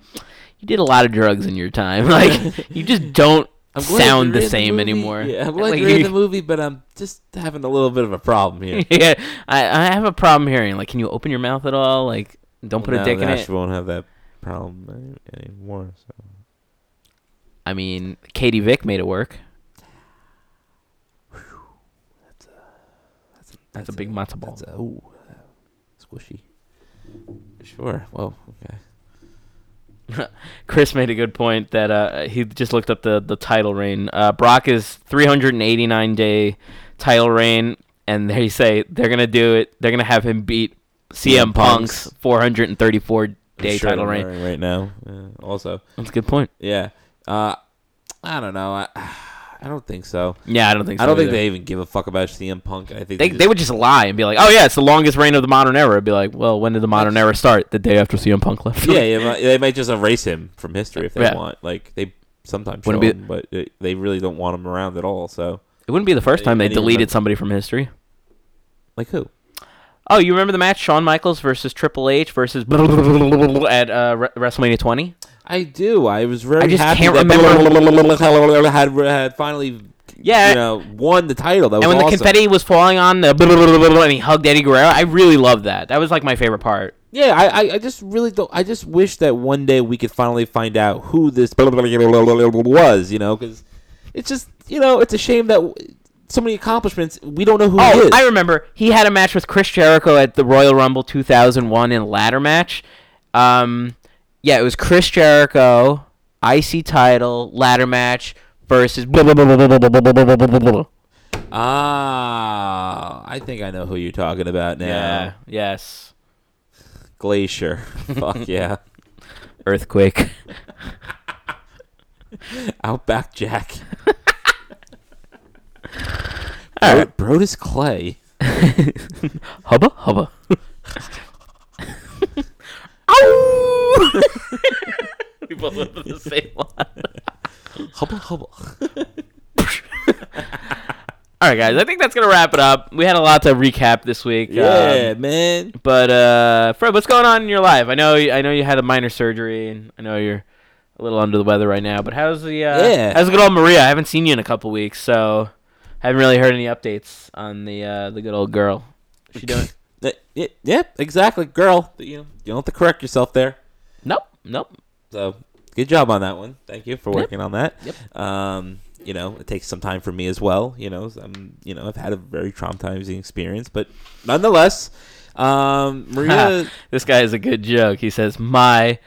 you did a lot of drugs in your time. Like you just don't
I'm glad
sound
you're
the
in
same
movie.
anymore.
Yeah, I'm glad
Like,
you're in
you-
the movie, but I'm just having a little bit of a problem here.
yeah, I, I have a problem hearing. Like, can you open your mouth at all? Like, don't put a
Now
dick in
that
it.
She won't have that problem any- anymore. So.
I mean, Katie Vick made it work. That's a big matzo ball.
That's a, ooh, uh, squishy. Sure. Well, okay.
Chris made a good point that uh, he just looked up the, the title reign. Uh, Brock is 389 day title reign, and they say they're gonna do it. They're gonna have him beat CM
CM Punk's
Punk's 434
I'm
day
sure
title
I'm
reign.
wearing right now. Yeah, also,
That's a good point.
yeah. Uh, I don't know. I, I don't think so.
Yeah, I don't think. So
I don't think
either.
they even give a fuck about CM Punk. I think
They,
just-
they would just lie and be like, "Oh yeah, it's the longest reign of the modern era." It'd be like, "Well, when did the modern era start? The day after CM Punk left."
yeah, yeah, but they might just erase him from history if they
Yeah.
want. Like they sometimes show
Wouldn't be-
him, but it, they really don't want him around at all. So,
it wouldn't be the first
I
time they
can't even
deleted
remember.
somebody from history.
like who?
Oh, you remember the match Shawn Michaels versus Triple H versus at uh, Re- WrestleMania 20?
I do. I was very.
I just
happy
can't
that
remember-
Had, had finally,
Yeah.
you know, won the title. That was
And when the
awesome.
confetti was falling on the and he hugged Eddie Guerrero, I really loved that. That was like my favorite part.
Yeah, I, I, I just really don't. I just wish that one day we could finally find out who this was, you know, because it's just, you know, it's a shame that w- so many accomplishments, we don't know who he
Oh,
is.
I remember he had a match with Chris Jericho at the Royal Rumble 2001 in a ladder match. Um, yeah, it was Chris Jericho, IC title, ladder match, versus blah, blah, blah, blah, blah, blah, blah, blah, blah, blah, blah, blah, blah.
Ah, I think I know who you're talking about now.
Yeah. Yes.
Glacier. Fuck yeah.
Earthquake.
Outback Jack.
All
Bro-
right.
Brodus Clay.
Hubba hubba. Ow! we both went for the same one.
Hubble Hubble.
All right, guys. I think that's gonna wrap it up. We had a lot to recap this week. um,
Yeah, man.
but uh, Fred, what's going on in your life? I know, I know you had a minor surgery, and I know you're a little under the weather right now. But how's the uh,
Yeah.
how's good old Maria? I haven't seen you in a couple weeks, so haven't really heard any updates on the uh, the good old girl. Is she doing?
Uh, y- Yeah, exactly, girl. You know, you don't have to correct yourself there.
nope, nope.
So good job on that one. Thank you for working on that.
Yep.
Um, you know, it takes some time for me as well. You know, I'm, you know, I've had a very traumatizing experience, but nonetheless, um, Maria.
this guy is a good joke. He says, "My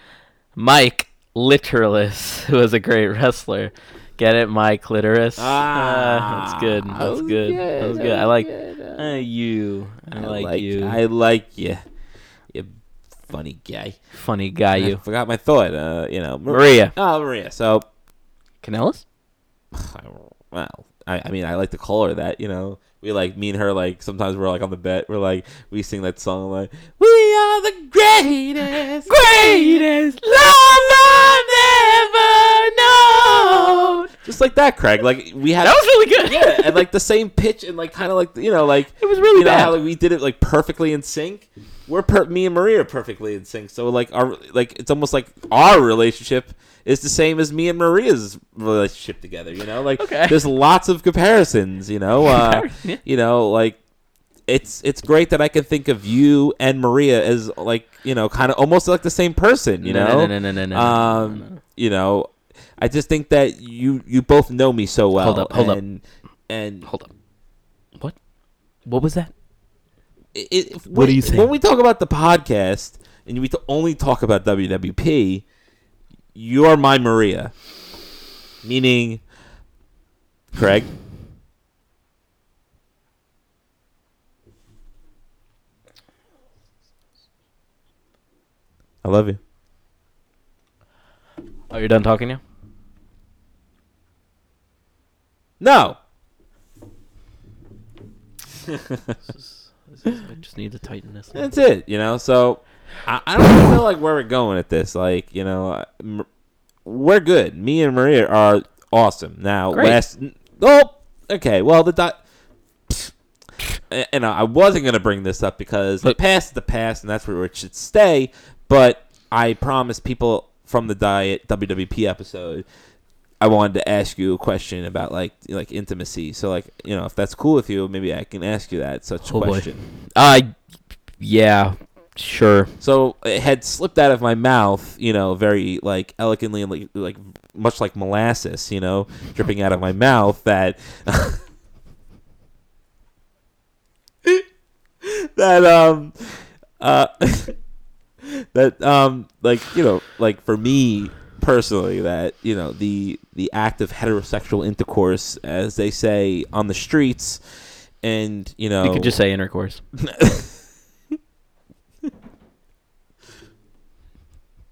Mike Literalis, who was a great wrestler. Get it, Mike Clitoris.
Ah,
Ah, that's good. That's
that was
good.
good,
That was
that
good. I
was
like
good.
uh, you. I, like, you.
I like you. You funny guy.
Funny guy,
I
you.
forgot my thought. Uh, you know, Mar-
Maria
Oh, Maria. So,
Canellis.
well, I, I mean, I like to call her that. You know, we like me and her. Like sometimes we're like on the bet. We're like we sing that song like we are the greatest,
Greatest love I've ever known.
just like that, Craig. Like we have
That was really good.
yeah, and like the same pitch and like kind of like you know like
It was really
you know
bad.
how like, we did it like perfectly in sync. We're per- me and Maria are perfectly in sync. So like our like it's almost like our relationship is the same as me and Maria's relationship together. You know, like
Okay.
there's lots of comparisons. You know, uh,
Yeah.
you know like. It's it's great that I can think of you and Maria as like you know kind of almost like the same person you
No,
know
no, no, no, no, no, no,
um you know I just think that you you both know me so well
Hold up, hold up.
and and
Hold up. What? What was that?
it, it,
What
when-
do you think?
When we talk about the podcast and we t- only talk about WWP, you're my Maria, meaning Craig. I love you.
Oh, you're done talking now.
No,
I just need to tighten this. Up.
that's it. You know, so I, I don't really know like where we're going at this. Like, you know, I- M- we're good. Me and Maria are awesome. Now,
Great.
last oh, okay. Well, the dot. And I wasn't gonna bring this up because the
But-
past is the past, and that's where it should stay. But I promised people from the diet WWP episode I wanted to ask you a question about like like intimacy. So like you know if that's cool with you, maybe I can ask you that such
Oh, boy.
question.
Uh, yeah, sure.
So it had slipped out of my mouth, you know, very like elegantly and like, like much like molasses, you know, dripping out of my mouth that that um uh that um like you know like for me personally that you know the the act of heterosexual intercourse as they say on the streets and you know
You could just say intercourse.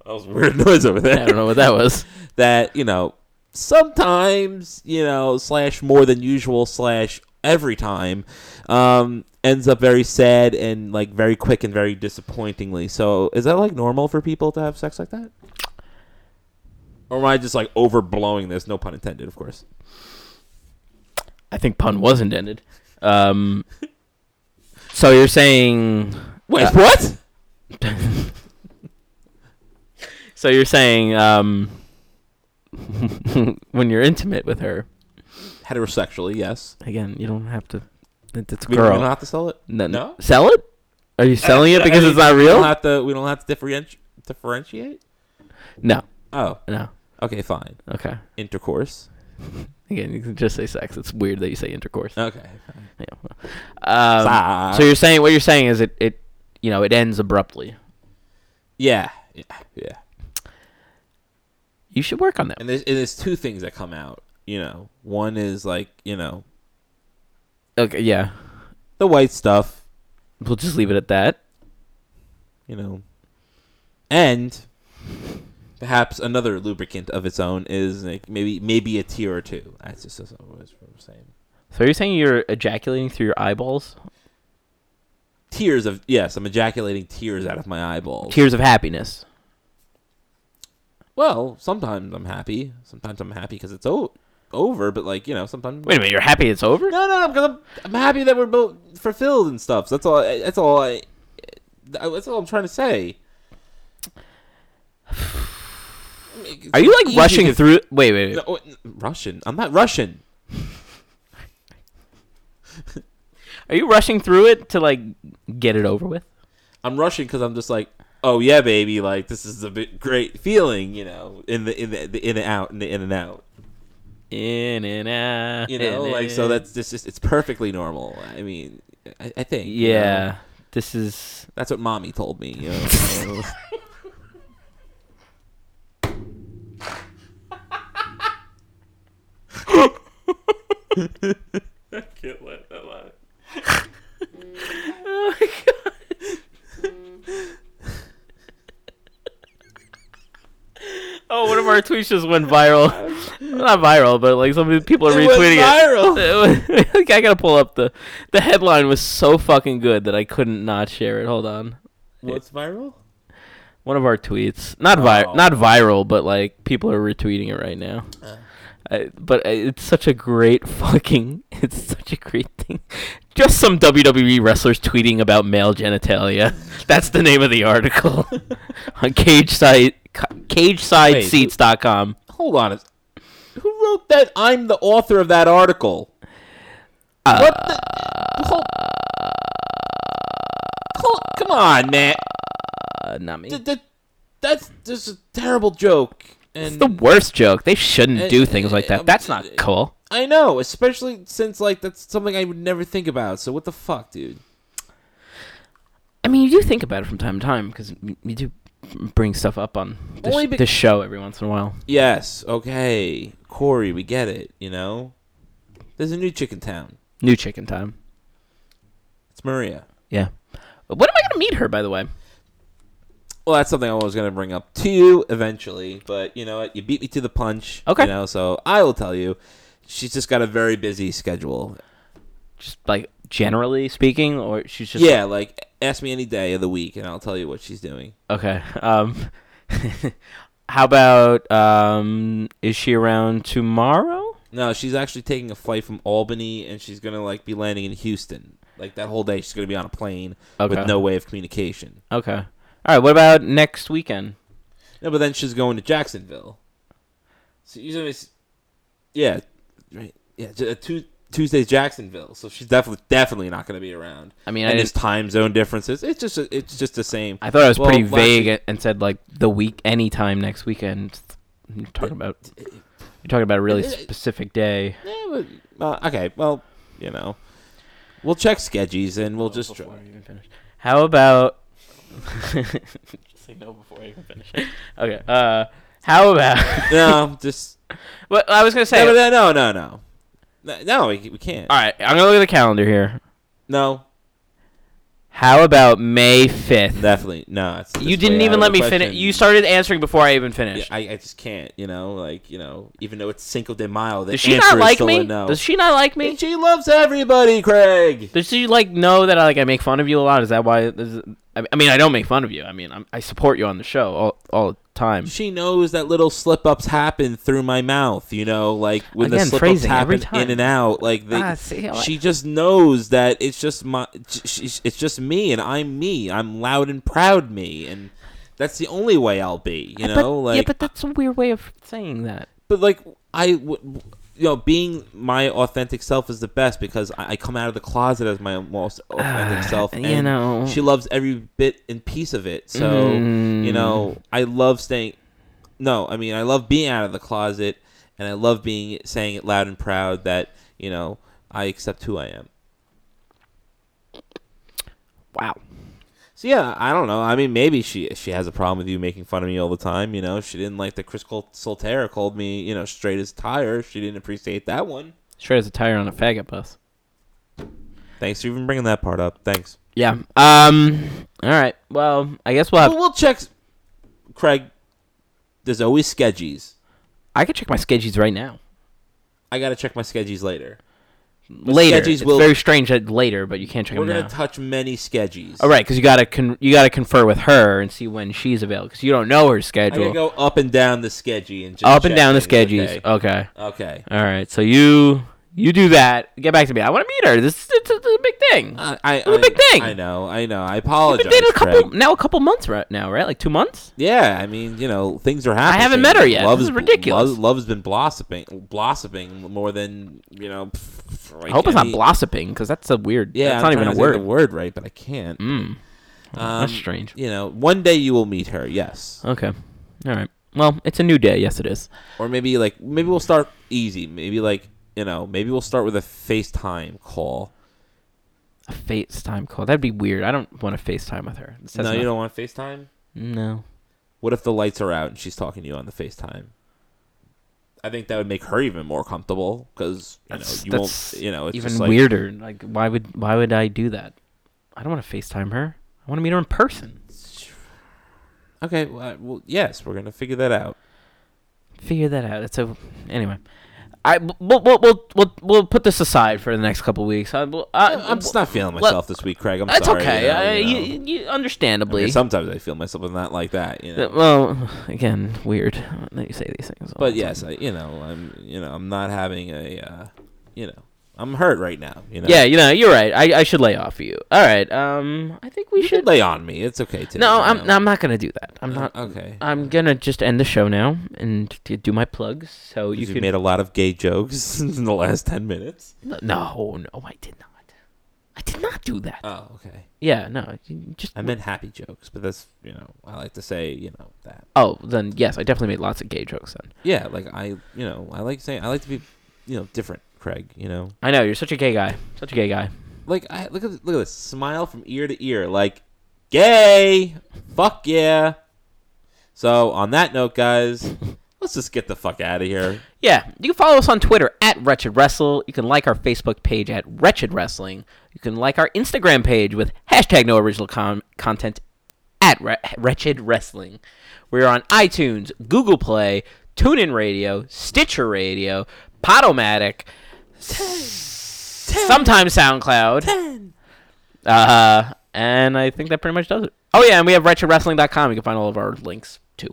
that was a weird noise over there
I don't know what that was.
that you know sometimes you know slash more than usual slash every time um ends up very sad and like very quick and very disappointingly so is that like normal for people to have sex like that or am i just like overblowing this no pun intended of course
I think pun was intended. Um, so you're saying,
wait what
so you're saying, um, when you're intimate with her,
heterosexually yes
again, you don't have to. it- It's a
we, we don't
girl.
have to sell it
No,
no? Uh,
Sell it? Are you selling it because it's not
we don't
real?
have to we don't have to differenti- differentiate
No,
oh
no.
okay fine
Okay.
intercourse
Again, you can just say sex. It's weird that you say intercourse.
okay
Yeah, well. Um,
Sorry.
so you're saying what you're saying is it, it you know it ends abruptly.
yeah yeah yeah
You should work on that.
And there's, and there's two things that come out you know, one is like, you know,
Okay, yeah.
the white stuff,
We'll just leave it at that.
you know, and perhaps another lubricant of its own is like maybe maybe a tier or two. That's just that's what I was saying.
So are you saying you're ejaculating through your eyeballs?
Tears of yes, I'm ejaculating tears out of my eyeballs.
Tears of happiness.
Well, sometimes I'm happy. Sometimes I'm happy because it's o- over. But like you know, sometimes
Wait a minute, you're happy it's over?
No, no, no. Because I'm, I'm happy that we're both fulfilled and stuff. So that's all. I- That's all. I, that's all I'm trying to say.
Are you like
Easy
rushing
to-
through? Wait, wait, wait.
No, wait, n- Russian. I'm not Russian.
Are you rushing through it to like get it over with?
I'm Russian because I'm just like, oh yeah, baby. Like this is a bit great feeling, you know, in the in the, the in and out, in the in and out.
In and out.
You know,
in
like so
and-
that's just it's it's perfectly normal. I mean, I, I think. you know?
Yeah, this is.
that's what mommy told me. You know, so-
Oh my god. oh, one of our tweets just went viral. Not viral, but like some people are
It went
retweeting
viral.
it. Viral. I gotta pull up the the headline was so fucking good that I couldn't not share it. Hold on.
What's viral?
One of our tweets, not vi- not viral, but like people are retweeting it right now.
Uh.
I, but I, it's such a great fucking, it's such a great thing. Just some WWE wrestlers tweeting about male genitalia. That's the name of the article on cage site,
Wait,
cagesideceats.com.
Hold on. it's- Who wrote that? I'm the author of that article.
Uh,
what the? Hold, hold, come on, man.
Uh, not me.
Th- th- that's just a terrible joke.
It's
And
the worst joke. They shouldn't
Uh,
do things like that. That's not cool.
I know, especially since like that's something I would never think about. So what the fuck, dude?
I mean, you do think about it from time to time because you do bring stuff up on this,
Only bec-
this show every once in a while.
Yes, okay, Corey, we get it. You know, there's a new chick in town.
New chicken time.
It's Maria.
Yeah. When am I gonna meet her, by the way?
Well, that's something I was going to bring up to you eventually, but you know what? You beat me to the punch.
Okay.
You know, so I will tell you, she's just got a very busy schedule.
Just like generally speaking, or she's just
Yeah, like ask me any day of the week, and I'll tell you what she's doing.
okay. Um, how about um, is she around tomorrow?
No, she's actually taking a flight from Albany, and she's going to like be landing in Houston. Like that whole day, she's going to be on a plane
Okay.
with no way of communication.
Okay. All right. What about next weekend?
No, but then she's going to Jacksonville. So usually, it's- yeah, right, yeah, ju- uh, Tu- Tuesday's Jacksonville. So she's definitely definitely not going to be around.
I mean,
and
I
there's
didn't-
time zone differences. It's just it's just the same.
I thought I was
Well,
pretty
last
vague
week-
and said like the week, anytime next weekend. You're talking about you're talking about a really specific day.
Yeah, but, uh, okay, well, you know, we'll check sketchies and we'll just try.
How about just say no before I even finish. Okay. Uh, how about?
no, just
But I was gonna say.
no, no, no, no, no, no, no, we, we can't.
All right, I'm gonna look at the calendar here.
No,
How about May fifth?
definitely no. It's
you
it's
didn't
way out
even
of
let
the
me finish.
question.
You started answering before I even
Yeah,
finished.
I, I just can't, you know, like you know, even though it's Cinco de Mayo, the
Does she
answer
not
is
like
still a
me?
No.
Does she not like me?
She loves everybody, Craig.
Does she like know that I like I make fun of you a lot? Is that why? Is, I I mean, I don't make fun of you. I mean, I'm, I support you on the show all all the time.
She knows that little slip ups happen through my mouth, you know, like when
Again,
the slip ups
phrasing, every
happen
time.
in and out, like they,
Ah, see, I-
she just knows that it's just my, she, she- it's just me, and I'm me, I'm loud and proud me, and that's the only way I'll be, you know,
but,
like,
yeah, but that's a weird way of saying that.
but like I, w- you know, being my authentic self is the best because I, I come out of the closet as my most authentic self.
Ah, you
And
know.
she loves every bit and piece of it. So you know, I love staying. No, I mean, I love being out of the closet, and I love being saying it loud and proud that you know I accept who I am.
Wow.
So yeah, I don't know. I mean, maybe she she has a problem with you making fun of me all the time. You know, she didn't like that Chris Col- Solterra called me you know straight as tire. She didn't appreciate that one.
Straight as a tire on a faggot bus.
Thanks for even bringing that part up. Thanks.
Yeah. Um. All right. Well, I guess we'll.
But
Have,
we'll check. s- Craig, there's always sketchies.
I could check my sketches right now.
I gotta check my sketchies later.
Later.
sketches
It's
will-
very strange that later, but you can't check
We're
them now.
gonna touch many sketchies.
All Oh, right, because you gotta con- you gotta confer with her and see when she's available because you don't know her
I
schedule.
gotta go up and down the sketchy and just
Up and down the
check in,
sketches.
Okay.
okay.
Okay.
All right. So you you do that. Get back to me. I want to meet her. This is it's a, it's a big thing.
I, I,
was a big
I-
thing.
I know. I know. I
We've
apologize.
been dating a couple
Craig.
now. A couple months right now, right? Like two months.
Yeah, I mean, you know, things are happening.
haven't met her yet. This is
bl-
ridiculous.
Love, love's been blossoming, blossoming more than you know. pff, like
I hope it's not
any-
blossoming because that's a weird.
Yeah,
that's
I'm
not even
trying
a
to say
word. Mm, Hmm,
The word right, but I can't. Um,
that's strange.
You know, one day you will meet her. Yes,
Okay. All right. Well, it's a new day. Yes, it is.
or maybe like maybe we'll start easy. Maybe like you know, maybe we'll start with a FaceTime call.
A FaceTime call. That'd be weird. I don't want to FaceTime with her. It says
no, you
nothing.
don't want FaceTime.
No.
What if the lights are out and she's talking to you on the FaceTime? I think that would make her even more comfortable because you know
That's,
you
that's
won't you know it's
even
just like,
weirder. Like, why would why would I do that? I don't want to FaceTime her. I want to meet her in person.
Okay, well, I- well, yes, we're gonna figure that out.
Figure that out. It's a anyway. I we'll we'll we'll we'll, we'll put this aside for the next couple weeks. I, will I,
I'm just not feeling
let-
myself this week, Craig. I'm
That's
sorry.
Uh, okay.
you know,
I-
you know.
you- you-
I
understandably.
mean, sometimes I feel myself, but not like that. You know.
Uh, Well, again, weird that you say these things. all
But
the time.
yes, I, you know, I'm, you know, I'm not having a, uh, you know, I'm hurt right now. You know.
Yeah, you know, you're right. I, I should lay off you. All right. Um, I think we
You
should.
should lay Uh, on me. It's okay. Today,
no,
you
I'm
know.
I'm not gonna do that. I'm not. Uh,
Okay.
I'm gonna just end the show now and t- do my plugs. So you
You
can.
made a lot of gay jokes in the last ten minutes.
no, no, I did not. I did not do that.
Oh, okay.
yeah, no, you just.
I meant happy jokes, but that's you know, I like to say you know that.
oh, then yes, I definitely made lots of gay jokes. Then
Yeah, like I, you know, I like saying I like to be, you know, different, Craig. You know.
I know you're such a gay guy. Such a gay guy.
like I look at look at this smile from ear to ear, like gay, fuck yeah. So on that note, guys, let's just get the fuck out of here.
Yeah, you can follow us on Twitter at Wretched Wrestle. You can like our Facebook page at Wretched Wrestling. You can like our Instagram page with hashtag no original con- content at Wre- Wretched Wrestling. We're on iTunes, Google Play, TuneIn Radio, Stitcher Radio, Podomatic, sometimes SoundCloud. Uh, and I think that pretty much does it. Oh, yeah, and we have wretchedwrestling.com. You can find all of our links too.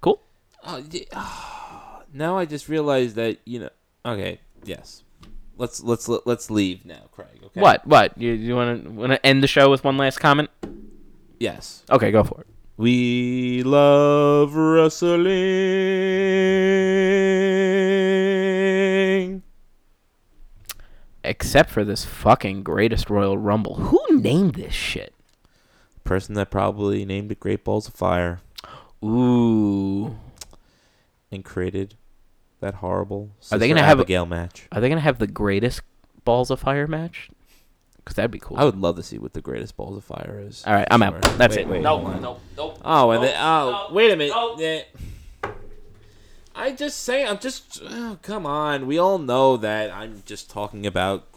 Cool.
Oh, y-
Uh,
ah, now I just realized that you know. Okay, yes, let's let's let's leave now, Craig. Okay.
What? What? You, you want to want to end the show with one last comment?
Yes,
Okay, go for it.
we love wrestling.
Except for this fucking greatest Royal Rumble. Who named this shit?
Person that probably named it Great Balls of Fire.
Ooh.
and created that horrible.
Are they
Sister
gonna have a-
Abigail match?
Are they gonna have the greatest Balls of Fire match? Cause that'd be cool.
I would love to see what the greatest balls of fire is.
All right, I'm out.
Sure.
That's
Wait,
it.
wait, hold on.
no, no.
Oh, and then, oh,
no,
wait a minute.
no.
Yeah. I just say I'm just. Oh, come on, we all know that I'm just talking about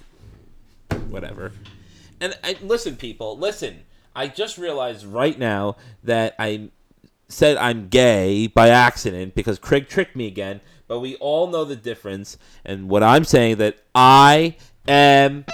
whatever. And I, listen, people, listen. I just realized right now that I said I'm gay by accident because Craig tricked me again. But we all know the difference, and what I'm saying that I am